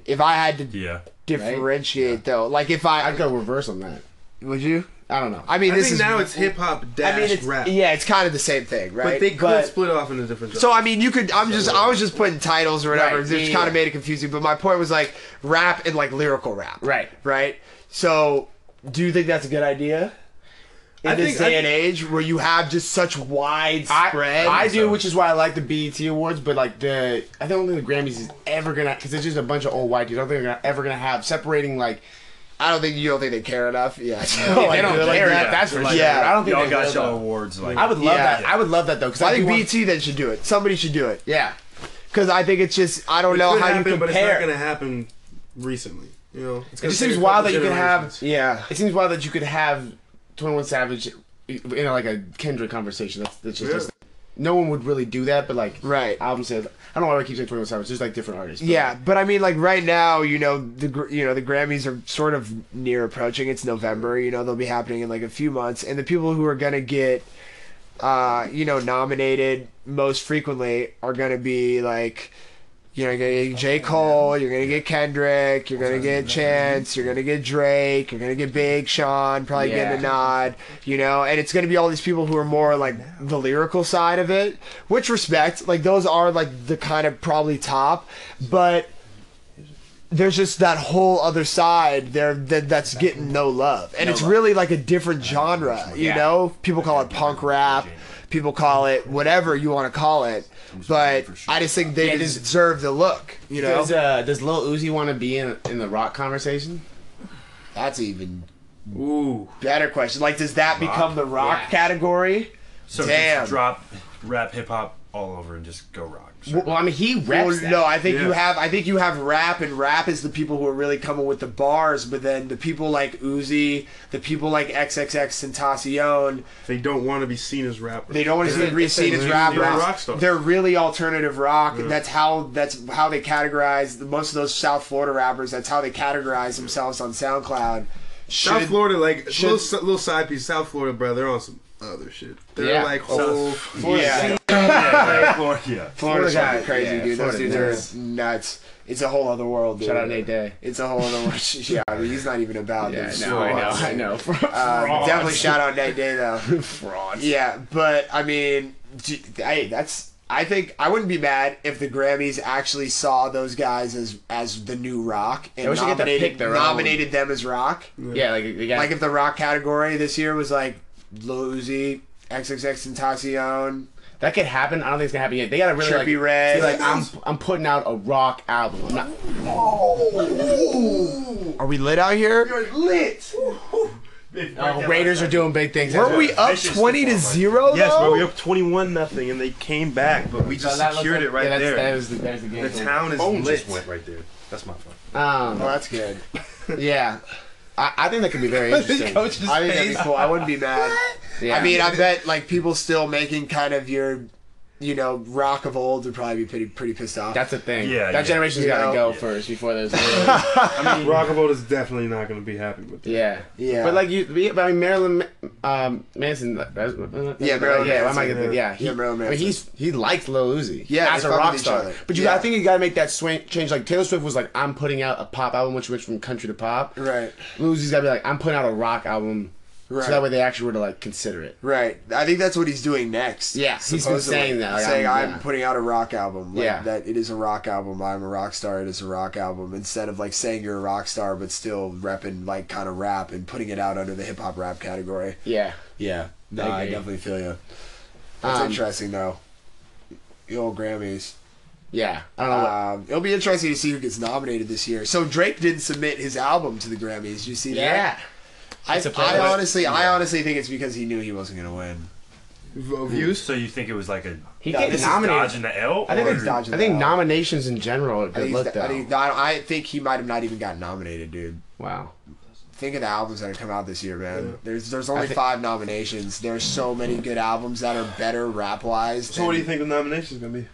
A: if I had to
C: yeah.
A: differentiate though. Like if I
D: I'd go reverse on that.
A: would you?
D: I don't know.
A: I mean,
B: I
A: this
B: think
A: is
B: now it's hip hop dash
A: I mean, it's,
B: rap.
A: yeah, it's kind of the same thing, right?
B: But they could split off into different.
A: so I mean, you could. I'm just. I was just putting titles or whatever.
D: Right,
A: It
D: yeah,
A: just
D: yeah.
A: kind of made it confusing. But my point was like rap and like lyrical rap.
D: Right.
A: Right. So, do you think that's a good idea? In
B: I
A: this
B: think- I
A: day and age, where you have just such wide
D: I,
A: spread,
D: I do, which is why I like the BET Awards, but like the I don't think the Grammys is ever gonna because it's just a bunch of old white dudes. I don't think they're gonna, ever gonna have separating like
A: I don't think you don't think they care enough. Yeah,
D: they don't
A: Like,
D: care.
A: yeah.
D: that- that's for
C: Like,
D: sure. I don't think
C: y'all
D: they
C: got
D: will,
C: y'all
D: though.
C: awards. Like
D: I would love
A: Yeah.
D: that. I would love that though because
A: I think
D: want-
A: BT then should do it. Somebody should do it
D: Yeah,
A: because I think it's just I don't
B: It
A: know
B: could
A: how
B: happen,
A: you
B: but it's not
A: compare.
B: going to happen recently. You know, it's
D: it
B: gonna
D: just
B: take
D: seems
B: a
D: wild that
B: couple
D: you could have.
B: generations.
A: yeah,
D: It seems wild that you could have Twenty One Savage in like a Kendrick conversation. That's, that's just,
B: Yeah.
D: just- no one would really do that, but like
A: right.
D: album sales. I don't know why I keep saying Twenty One Savage. There's like different artists. but-
A: Yeah, but I mean, like right now, you know, the gr- you know the Grammys are sort of near approaching. It's November, you know, they'll be happening in like a few months, and the people who are gonna get, uh, you know, nominated most frequently are gonna be like, you know, you're gonna get J Cole, you're gonna get Kendrick, you're gonna get Chance, you're gonna get Drake, you're gonna get Big Sean, probably getting a
D: Yeah.
A: nod, you know, and it's gonna be all these people who are more like the lyrical side of it, which respect, like those are like the kind of probably top, but there's just that whole other side there that, that's getting no love and it's really like a different genre you
D: Yeah.
A: know people call it punk rap People call it whatever you want to call it, but I just think they deserve the look. You know,
D: Does, uh, does Lil Uzi want to be in in the rock conversation?
A: that's even
B: Ooh.
A: better question. Like, does that become the rock category?
C: So
A: Damn.
C: just drop rap, hip hop all over and just go rock. Sure.
D: Well, I mean, he
A: Well,
D: reps that.
A: no, I think you
B: Yeah.
A: have. I think you have rap, and rap is the people who are really coming with the bars. But then the people like Uzi, the people like XXX Tentacion,
B: They don't want to be seen as rappers.
A: they don't want to be re-seen as rappers.
B: they're rock stars.
A: They're really alternative rock. That's how that's how they categorize most of those South Florida rappers. That's how they categorize themselves on SoundCloud.
B: South
A: Should-
B: Florida, like
A: should-
B: little, little side piece. South Florida, bro, they're on some other shit. They're
D: Yeah.
B: like
A: Oh.
B: whole.
A: yeah,
C: Or- yeah.
A: Florida's
D: Florida
A: fucking crazy,
D: guy, yeah,
A: dude.
D: Florida
A: Those dudes are nuts. It's a whole other world, dude.
D: Shout out Nate Day.
A: It's a whole other world. yeah, I mean, he's not even about
D: Yeah,
A: this.
D: I know, I know, I know.
A: Uh, definitely shout out Nate Day though.
D: Fraud.
A: Yeah, but I mean, d- hey, that's. I think I wouldn't be mad if the Grammys actually saw those guys as as the new rock and
D: I wish they get to
A: nominated,
D: pick their own.
A: nominated them as rock.
D: Yeah, like they got
A: Like if the rock category this year was like Lil Uzi, XXX Tentacion,
D: that could happen. I don't think it's gonna happen yet. They gotta really
A: Trippy
D: like,
A: Red.
D: be like, I'm I'm putting out a rock album. I'm not-
A: are we lit out here?
D: uh, Raiders are doing big things.
A: Were we up
C: Vicious
A: twenty to zero?
B: Yes,
A: though?
B: bro, we were up twenty-one nothing, and they came back, but we just
D: that looks
B: secured
D: like-
B: it right
D: yeah, that's,
B: there.
D: That is the, that is the game.
B: the town is
C: Phone
B: lit.
C: just went right there. That's my phone.
A: Well,
D: Um,
A: that's good.
D: yeah, I, I think that could be very interesting.
A: I think that'd be cool. I wouldn't be mad.
D: Yeah.
A: I mean, I bet like people still making kind of your, you know, rock of old would probably be pretty pretty pissed off.
D: that's the thing.
C: Yeah,
D: that
C: yeah.
D: generation's
A: You
D: gotta
A: know?
D: go first before there's.
B: I mean, Rockable is definitely not going to be happy with that.
D: yeah.
A: yeah,
D: But like you, but I mean Marilyn um, Manson. Yeah, Marilyn.
A: Yeah,
D: Yeah,
A: Marilyn
D: yeah, why am
A: Manson,
D: I getting-
A: yeah.
D: yeah, he,
A: Yeah, Marilyn
D: I mean,
A: Manson.
D: he's he liked Lil Uzi.
A: Yeah,
D: as
A: they fuck
D: a
A: with
D: rock
A: each
D: star.
A: other.
D: But you,
A: Yeah.
D: I think you gotta make that swing change. Like Taylor Swift was like, I'm putting out a pop album, which went from country to pop.
A: right,
D: Lil Uzi's gotta be like, I'm putting out a rock album,
A: Right.
D: so that way they actually were to like consider it.
A: right. I think that's what he's doing next.
D: Yeah, he's been
A: supposedly.
D: saying that, like,
A: saying I'm,
D: I'm- yeah.
A: putting out a rock album. Like,
D: Yeah.
A: that it is a rock album. I'm a rock star. It is a rock album. Instead of like saying you're a rock star, but still repping like kind of rap and putting it out under the hip hop rap category.
D: Yeah.
A: Yeah, no, I,
D: agree.
A: definitely feel you. That's
D: Um,
A: interesting though. The old Grammys.
D: Yeah. I don't know. what,
A: Um, it'll be interesting to see who gets nominated this year. So Drake didn't submit his album to the Grammys. Did you see
D: yeah. It's a
A: that? I,
D: playlist.
A: I honestly, I honestly think it's because he knew he wasn't gonna win.
B: Views?
C: So you think it was like a
D: He
A: No,
D: can't
A: this is
D: get
C: this is
D: nominated.
C: dodging the L?
A: I think
C: or-
A: it's dodging.
D: I think
A: the ballot.
D: nominations in general are
A: I
D: good
A: think,
D: look
A: he's- I,
D: though.
A: think, I I think he might have not even gotten nominated, dude.
D: wow.
A: Think of the albums that have come out this year, man. There's there's only five nominations. There's so many good albums that are better rap wise.
B: So what do you think the nomination's going to be?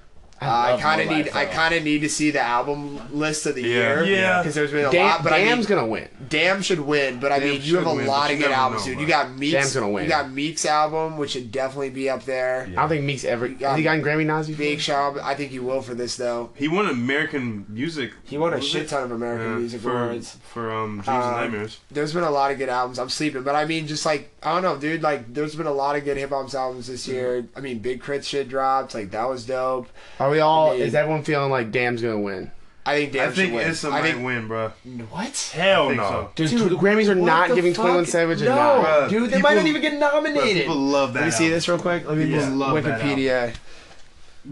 A: I
D: love
A: kind of
D: More
A: need
D: Life,
A: I
D: though.
A: kind of need to see the album list of the year.
C: Yeah.
A: because there's been a lot.
D: Damn,
A: But I mean,
D: Damn's gonna win.
A: Damn should win, but I
B: Damn
A: mean, you have
B: should
A: a
B: win,
A: lot
B: but
A: of
B: you
A: good
B: never
A: albums,
B: know,
A: dude.
B: bro.
A: You got Meeks.
D: Damn's gonna win.
A: You got Meeks' album, which should definitely be up there.
D: I don't think Meeks ever. Has he gotten Grammy nods before?
A: Big Sean, I think he will for this though.
B: He won American Music.
A: He won a
B: what was
A: shit
B: it?
A: ton of American
B: Yeah,
A: Music
B: for,
A: Awards.
B: For um, Dreams
A: Uh,
B: and Nightmares.
A: There's been a lot of good albums. I'm sleeping, but I mean, just like I don't know, dude. Like, there's been a lot of good hip hop albums this year. I mean, Big Crit shit dropped. Like that was dope.
D: Are we all?
A: I mean-
D: is everyone feeling like Dam's gonna win?
A: I think
B: I
A: Damn
B: think
A: should win.
B: Issa
A: I
B: might
A: think
B: win, bro.
A: what?
C: Hell
B: I think
C: no.
B: so.
D: Dude, the Grammys are not giving Twenty One Savage a nod.
B: Bruh,
A: dude. They might not
B: people-
A: even get
B: Bruh,
A: nominated.
B: people love that.
A: Let me see
B: album.
A: this real quick. Let me
B: People
A: pull
B: love that
A: Wikipedia.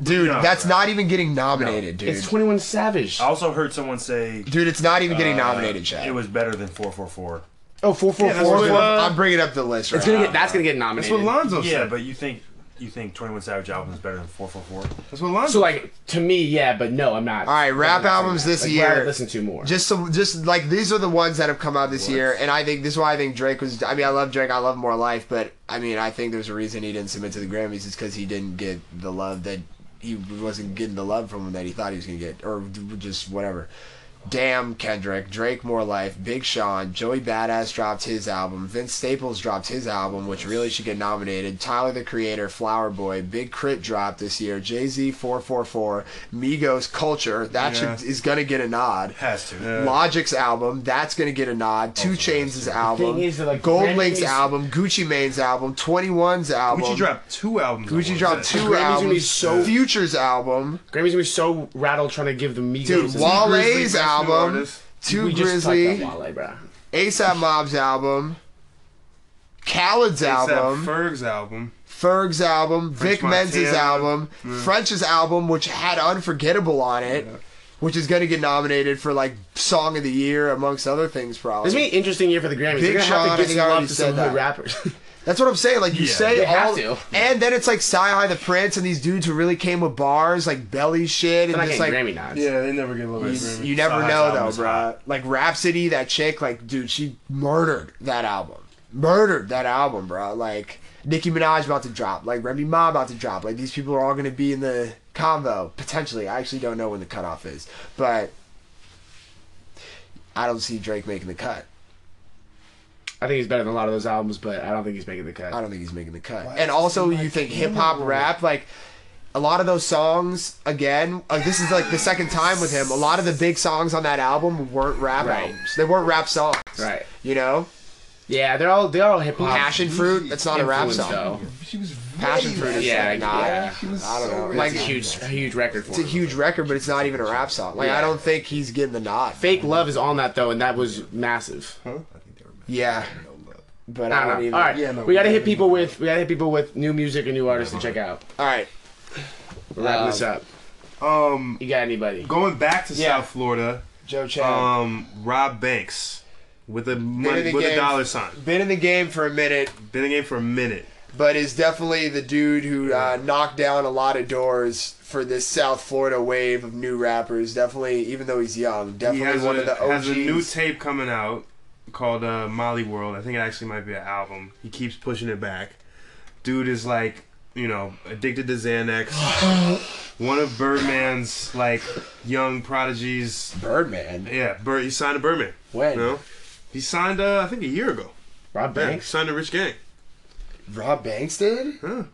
A: Dude,
B: No,
A: that's
B: bro.
A: not even getting nominated, dude.
D: It's Twenty One Savage.
C: I also heard someone say
A: Dude, it's not even getting
C: uh,
A: nominated, Chad.
C: It was better than 444.
D: Oh, four four
A: Or-
D: four.
A: I'm bringing up the list right
D: It's gonna
A: now.
D: get. That's gonna get
B: That's what
D: nominated.
B: Lonzo
C: Yeah,
B: said.
C: but you think you think 21 Savage album is better than 444?
B: That's what Lonzo
D: So like to me, yeah, but no, I'm not.
A: All right, rap albums this
D: Like,
A: year.
D: I listen to more.
A: Just some, just like these are the ones that have come out this year, and I think this is why I think Drake was. I mean, I love Drake, I love More Life, but I mean, I think there's a reason he didn't submit to the Grammys is because he didn't get the love that he wasn't getting the love from him that he thought he was gonna get, or just whatever. Damn Kendrick, Drake, More Life, Big Sean, Joey Badass dropped his album, Vince Staples dropped his album, which really should get nominated. Tyler the Creator, Flower Boy, Big Crit dropped this year. Jay Z, Four Four Four, Migos, Culture, that should is gonna get a nod.
C: Has to.
A: Logic's album, that's gonna get a nod. Two Chains' album,
D: thing is that, like,
A: Gold
D: Grammys-
A: Link's album, Gucci Mane's album, 21's album.
B: Gucci dropped two albums.
A: Gucci dropped two
D: Grammys gonna be
A: albums.
D: so-
A: Future's album,
D: Grammys gonna be so rattled trying to give the Migos.
A: dude.
D: this-
A: Wale's album, Two
D: we just talked about
A: Grizzly,
D: Wale, bro.
A: ASAP Mob's album, Khaled's
B: album.
A: album,
B: Ferg's album.
A: Ferg's album, Vic Mensa's
B: Montana.
A: album,
D: Mm.
A: French's album, which had Unforgettable on it, which is going to get nominated for like Song of the Year amongst other things, probably.
D: It's gonna be an interesting year for the Grammys.
A: Big
D: They're gonna
A: Sean, I
D: have to give
A: think I already
D: love to
A: said
D: some
A: that.
D: hood rappers.
A: That's what I'm saying. Like you
B: Yeah.
A: say
D: They have
A: all,
D: to.
A: and then it's like Sci High the Prince and these dudes who really came with bars, like belly shit,
D: They're
A: and
D: not
A: just
D: getting
A: like
D: Grammy nods.
B: Yeah, they never get low.
A: you, you never know though, bro. Like Rhapsody, that chick, like dude, she murdered that album, murdered that album, bro. Like Nicki Minaj about to drop, like Remy Ma about to drop, like these people are all gonna be in the convo potentially. I actually don't know when the cutoff is, but I don't see Drake making the cut.
D: I think he's better than a lot of those albums, but I don't think he's making the cut.
A: I don't think he's making the cut. and also, you think hip hop, rap, like a lot of those songs. Again, like this is like the second time with him. A lot of the big songs on that album weren't rap
D: Right.
A: albums. They weren't rap songs.
D: Right. Um,
A: You know,
D: Yeah, they're all they're all hip hop.
A: passion fruit. That's not a rap song.
E: She was very
A: Passion fruit is
D: Yeah,
A: like not.
D: yeah.
E: She was
A: I don't
E: so
A: know.
E: rich.
A: Like
D: Like a huge, a huge record for
A: it's a
D: him.
A: huge record, but it's not even a rap song. Like I
D: Yeah.
A: don't think he's getting the nod.
D: Fake Love is on that though, and that was massive.
A: Yeah. But I
D: Oh, I
A: don't
D: don't
A: even.
D: know. All right,
E: Yeah, no,
D: we gotta
E: we-
D: hit people with we gotta hit people with new music or new artists to check out.
A: All right.
D: We're wrapping this up.
B: Um,
D: You got anybody?
B: going back to
A: Yeah.
B: South Florida,
A: Joe Chad.
B: um, Rob Banks with a
A: of the
B: money, with
A: game.
B: a dollar sign.
A: Been in the game for a minute.
B: Been in the game for a minute.
A: but is definitely the dude who uh, knocked down a lot of doors for this South Florida wave of new rappers. Definitely, even though he's young,
B: He
A: definitely
B: has
A: one
B: a,
A: of the OGs.
B: has a new tape coming out called uh, Molly World. I think it actually might be an album. He keeps pushing it back. Dude is like, you know, addicted to Xanax. One of Birdman's like young prodigies.
A: Birdman.
B: Yeah, Bird. He signed a Birdman.
A: When
B: You know, he signed uh, I think a year ago.
D: Rob
B: Yeah, he
D: Banks.
B: signed a Rich Gang.
A: Rob Banks did,
B: Huh.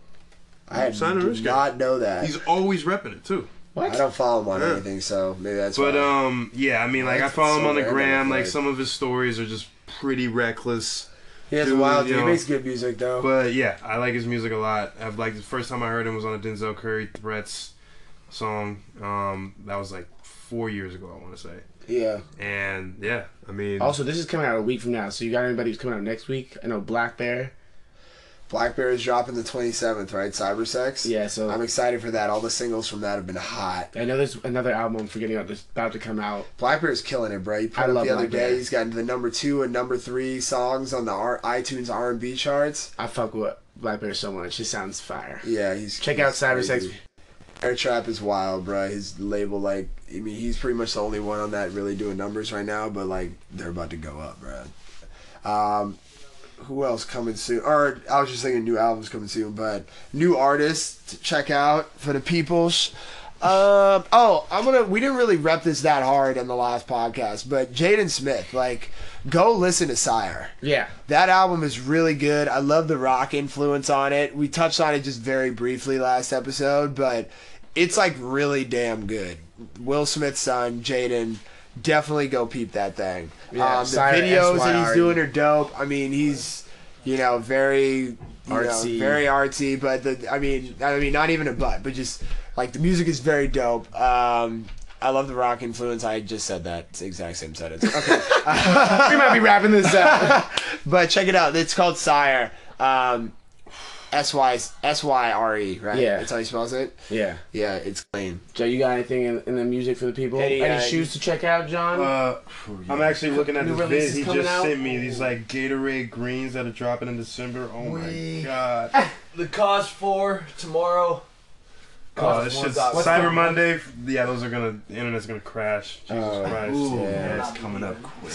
A: I
B: Sign a
A: did
B: rich guy.
A: not know that.
B: He's always repping it too.
A: I don't follow him on
B: Yeah.
A: anything, so maybe that's
B: But
A: why.
B: um, yeah, I mean, like I
A: That's
B: follow him
A: so
B: on the
A: random,
B: gram. Like
A: like-
B: some of his stories are just pretty reckless.
A: he has a
B: dude,
A: wild.
B: you
A: Dude, he
B: know,
A: makes good music though.
B: uh, But yeah, I like his music a lot. I've like the first time I heard him was on a Denzel Curry Threats song. Um, that was like four years ago, I want to say.
A: yeah,
B: And yeah, I mean,
D: Also, this is coming out a week from now, so you got anybody who's coming out next week? I know Black Bear.
A: Black Bear is dropping the twenty seventh, right? Cyber Sex.
D: Yeah, so
A: I'm excited for that. All the singles from that have been hot.
D: I know there's another album I'm forgetting about that's about to come out.
A: Black Bear's killing it, bro. He put
D: I
A: up
D: love
A: the other
D: Black
A: day.
D: Bear.
A: He's got the number two and number three songs on the R- iTunes R and B charts.
D: I fuck with Black Bear so much. She sounds fire.
A: Yeah, he's
D: Check out
A: he's
D: Cyber Sex.
A: crazy. Air Trap is wild, bro. His label, like, I mean, he's pretty much the only one on that really doing numbers right now. But like, they're about to go up, bro. Um, who else coming soon? Or I was just thinking new albums coming soon, but new artists to check out for the people. Sh- Um, oh, I'm gonna. We didn't really rep this that hard on the last podcast, but Jaden Smith, like, go listen to Sire.
D: Yeah.
A: That album is really good. I love the rock influence on it. We touched on it just very briefly last episode, but it's like really damn good. Will Smith's son, Jaden, definitely go peep that thing.
D: Yeah,
A: um, the
D: Sire
A: videos that he's
D: SYRE.
A: doing are dope. I mean, he's you know very you
D: Artsy.
A: know, very artsy, but the I mean I mean not even a butt, but just like the music is very dope. Um, I love the rock influence. I just said that it's the exact same sentence. Okay.
D: we might be wrapping this up.
A: But check it out. It's called Sire. Um, S Y S Y R E, right?
D: Yeah.
A: That's how he spells it.
D: yeah.
A: Yeah, it's clean.
D: Joe, you got anything in, in the music for the people?
A: Any,
D: Any,
A: uh,
D: shoes to check out, John?
B: uh, I'm actually looking at
D: New
B: this vid
D: releases
B: he
D: coming
B: just
D: out?
B: sent me. These like Gatorade greens that are dropping in December. Oh my
E: Wee.
B: god!
I: The cause for tomorrow.
B: Oh, this shit's
I: What's
B: Cyber Monday. f- Yeah, those are gonna. The internet's gonna crash. Jesus Christ!
A: yeah.
B: it's coming up. Oh,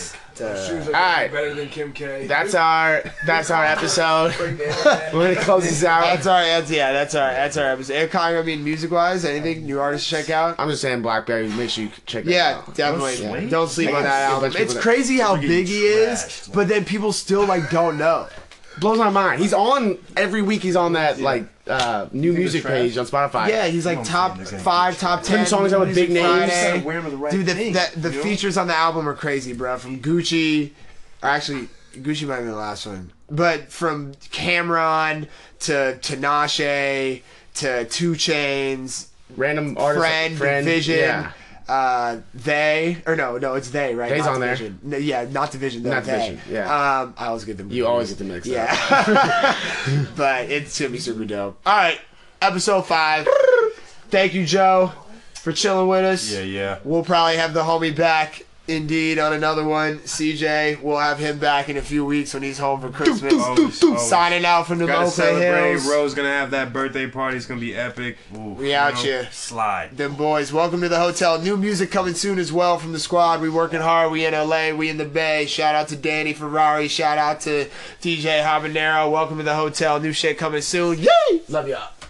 A: Uh,
I: Shoes are
D: All right.
I: better than Kim K.
D: that's our that's our episode.
I: Bring down that.
D: We're gonna close this out.
A: that's our that's yeah that's our that's our episode. Eric Conger, I mean, music wise, anything new artists to check out?
D: I'm just saying, Blackberry. Make sure you check that
A: Yeah,
D: out.
A: definitely.
D: Don't
A: Don't,
D: sleep.
A: sleep
D: Yeah,
A: on that
D: a
A: album.
D: bunch of
A: It's
D: people that-
A: crazy how big he is,
C: trashed.
A: but then people still like don't know.
D: blows my mind. He's on every week. He's on that like uh, new music
B: trash.
D: page on Spotify.
A: Yeah, he's like top five, top ten.
D: Ten songs out with
A: Music
D: big names.
A: Friday.
B: Wear 'em with the right
A: Dude, the,
B: thing,
A: that, the
B: you know?
A: features on the album are crazy, bro. From Gucci, or actually, Gucci might be the last one, but from Cameron to Tinashe to Two Chains,
D: Random artist.
A: Friend, Division, uh, they or no, no, it's they right.
D: They's
A: not
D: on there.
A: division. No, yeah, not division. Not
D: Not
A: they.
D: Division, yeah.
A: Um, I always get them.
D: You always get them mixed up.
A: Yeah. but it's gonna be super dope. All right, episode five. Thank you, Joe, for chilling with us.
B: Yeah, yeah.
A: We'll probably have the homie back. Indeed, on another one, CJ. We'll have him back in a few weeks when he's home for Christmas.
B: Always, always.
A: Signing out from the
B: Gotta
A: Mocha
B: celebrate.
A: Hills.
B: Ro's gonna have that birthday party. It's gonna be epic. Ooh,
A: We out here.
B: Slide.
A: Them boys, welcome to the hotel. New music coming soon as well from the squad. We working hard. We in LA. We in the Bay. Shout out to Danny Ferrari. Shout out to DJ Habanero. Welcome to the hotel. New shit coming soon. Yay!
D: Love y'all.